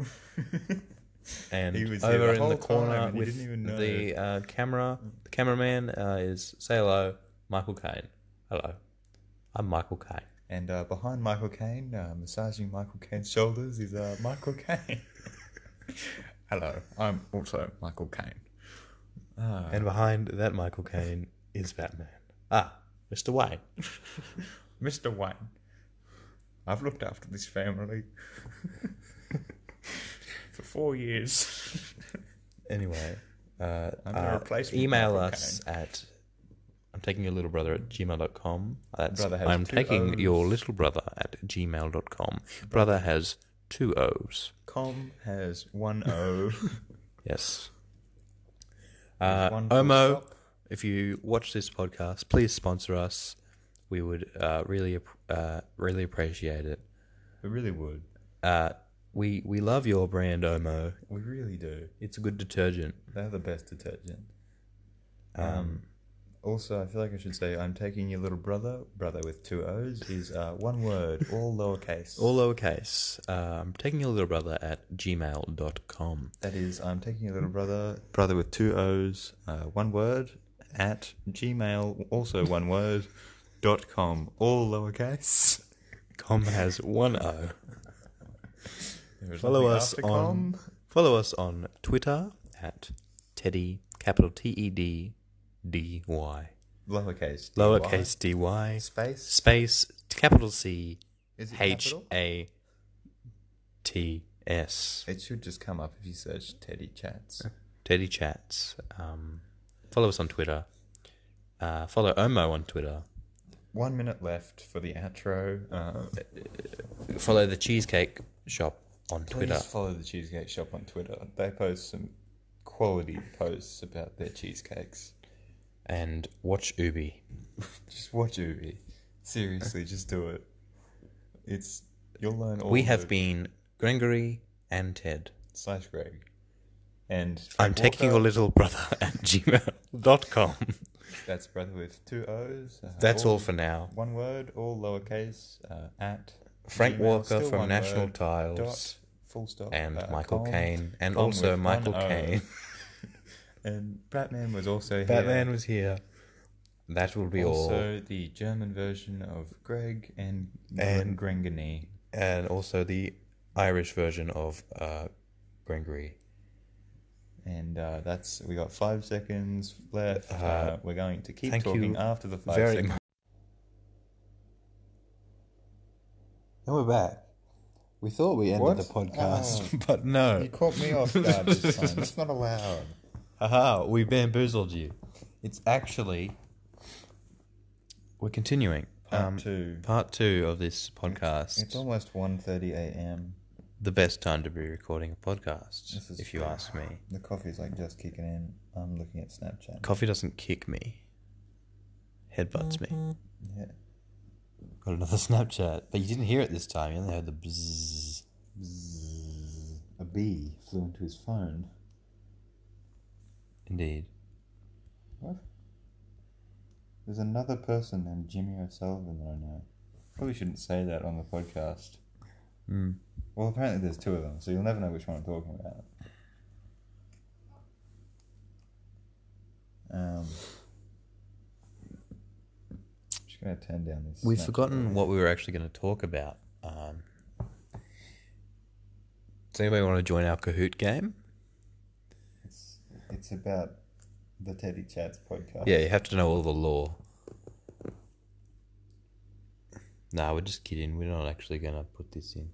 Speaker 4: and
Speaker 2: He was here
Speaker 4: over
Speaker 2: the
Speaker 4: in the
Speaker 2: whole
Speaker 4: corner
Speaker 2: time and he
Speaker 4: with
Speaker 2: didn't even know.
Speaker 4: the uh, camera, the cameraman uh, is say hello, Michael Caine. Hello, I'm Michael Caine.
Speaker 2: And uh, behind Michael Caine, uh, massaging Michael Caine's shoulders, is uh, Michael Caine. Hello, I'm also Michael Caine. Uh.
Speaker 4: And behind that Michael Caine is Batman. Ah, Mr. Wayne.
Speaker 2: Mr. Wayne, I've looked after this family for four years.
Speaker 4: Anyway, uh,
Speaker 2: I'm gonna
Speaker 4: uh,
Speaker 2: replace me
Speaker 4: email
Speaker 2: Michael
Speaker 4: us at I'm taking your little brother at gmail.com. That's,
Speaker 2: Brother has
Speaker 4: I'm
Speaker 2: two
Speaker 4: taking
Speaker 2: O's.
Speaker 4: your little brother at gmail.com. Brother has two O's.
Speaker 2: Com has one O.
Speaker 4: Yes. Uh,
Speaker 2: one full
Speaker 4: Omo,
Speaker 2: stop.
Speaker 4: if you watch this podcast, please sponsor us. We would uh, really, app- uh, really appreciate it.
Speaker 2: we really would.
Speaker 4: Uh, we we love your brand, Omo.
Speaker 2: We really do.
Speaker 4: It's a good detergent.
Speaker 2: They're the best detergent. Um, also, I feel like I should say I'm taking your little brother, brother with two O's, is uh, one word, all lowercase.
Speaker 4: All lowercase. Uh, I'm taking your little brother at gmail.com.
Speaker 2: That is, I'm taking your little brother, brother with two O's, uh, one word, at Gmail, also one word, dot com, all lowercase.
Speaker 4: Com has one O.
Speaker 2: There is
Speaker 4: Follow
Speaker 2: nothing
Speaker 4: us
Speaker 2: after
Speaker 4: on
Speaker 2: com.
Speaker 4: follow us on Twitter at Teddy capital T E D D Y
Speaker 2: lowercase. D-Y.
Speaker 4: lowercase D Y
Speaker 2: space.
Speaker 4: space capital C
Speaker 2: Is it
Speaker 4: H
Speaker 2: capital?
Speaker 4: A T S
Speaker 2: It should just come up if you search Teddy Chats.
Speaker 4: Teddy chats. Um, follow us on Twitter. Uh, follow Omo on Twitter.
Speaker 2: One minute left for the outro. Uh,
Speaker 4: Follow the Cheesecake Shop on Twitter.
Speaker 2: Please follow the Cheesecake Shop on Twitter. They post some quality posts about their cheesecakes.
Speaker 4: and watch Ubi.
Speaker 2: Just watch Ubi. Seriously, just do it. It's you'll learn all.
Speaker 4: we
Speaker 2: the-
Speaker 4: have been Gregory and Ted.
Speaker 2: slash Greg. And
Speaker 4: I'm
Speaker 2: Frank
Speaker 4: taking your
Speaker 2: Walker,
Speaker 4: little brother at gmail.com.
Speaker 2: That's brother with two O's. uh,
Speaker 4: That's all for now.
Speaker 2: One word, all lowercase. Uh, at
Speaker 4: Frank
Speaker 2: Gmail,
Speaker 4: Walker
Speaker 2: still
Speaker 4: from
Speaker 2: one
Speaker 4: National
Speaker 2: word,
Speaker 4: Tiles
Speaker 2: Dot, full stop.
Speaker 4: And
Speaker 2: uh,
Speaker 4: Michael
Speaker 2: com,
Speaker 4: Caine. And
Speaker 2: com
Speaker 4: also
Speaker 2: with
Speaker 4: Michael
Speaker 2: one O.
Speaker 4: Caine.
Speaker 2: And Batman was also
Speaker 8: Batman
Speaker 2: here.
Speaker 8: was here. That will be all.
Speaker 2: also the German version of Greg and
Speaker 8: And-
Speaker 2: and Grengany.
Speaker 8: And also the Irish version of uh, Gregory.
Speaker 2: And uh, that's we got five seconds left. Uh,
Speaker 8: Uh,
Speaker 2: we're going to keep
Speaker 8: thank
Speaker 2: talking
Speaker 8: you
Speaker 2: after the five
Speaker 8: very
Speaker 2: seconds.
Speaker 4: And we're back. We thought we ended
Speaker 2: What?
Speaker 4: the podcast, but no.
Speaker 2: caught me off guard this time. It's not allowed.
Speaker 4: Haha, we bamboozled you. It's actually. We're continuing.
Speaker 2: Part
Speaker 4: um,
Speaker 2: two.
Speaker 4: Part two of this podcast.
Speaker 2: It's almost 1.30 a.m.
Speaker 4: the best time to be recording a podcast,
Speaker 2: This is
Speaker 4: if you
Speaker 2: true.
Speaker 4: ask me.
Speaker 2: The coffee's like just kicking in. I'm looking at Snapchat.
Speaker 4: Coffee doesn't kick me, headbutts me.
Speaker 2: Yeah.
Speaker 4: Got another Snapchat, but you didn't hear it this time. You only heard the bzzz.
Speaker 2: A bee flew into his phone.
Speaker 4: Indeed.
Speaker 2: What? There's another person named Jimmy O'Sullivan that I know. Probably shouldn't say that on the podcast.
Speaker 4: Hmm.
Speaker 2: Well, apparently there's two of them, so you'll never know which one I'm talking about. Um, just gonna turn down this.
Speaker 4: We've
Speaker 2: Snapchat.
Speaker 4: forgotten what we were actually going to talk about. Um, does anybody want to join our Kahoot game?
Speaker 2: It's, it's about the Teddy Chats podcast.
Speaker 4: Yeah, you have to know all the law. Nah, we're just kidding. We're not actually going to put this in.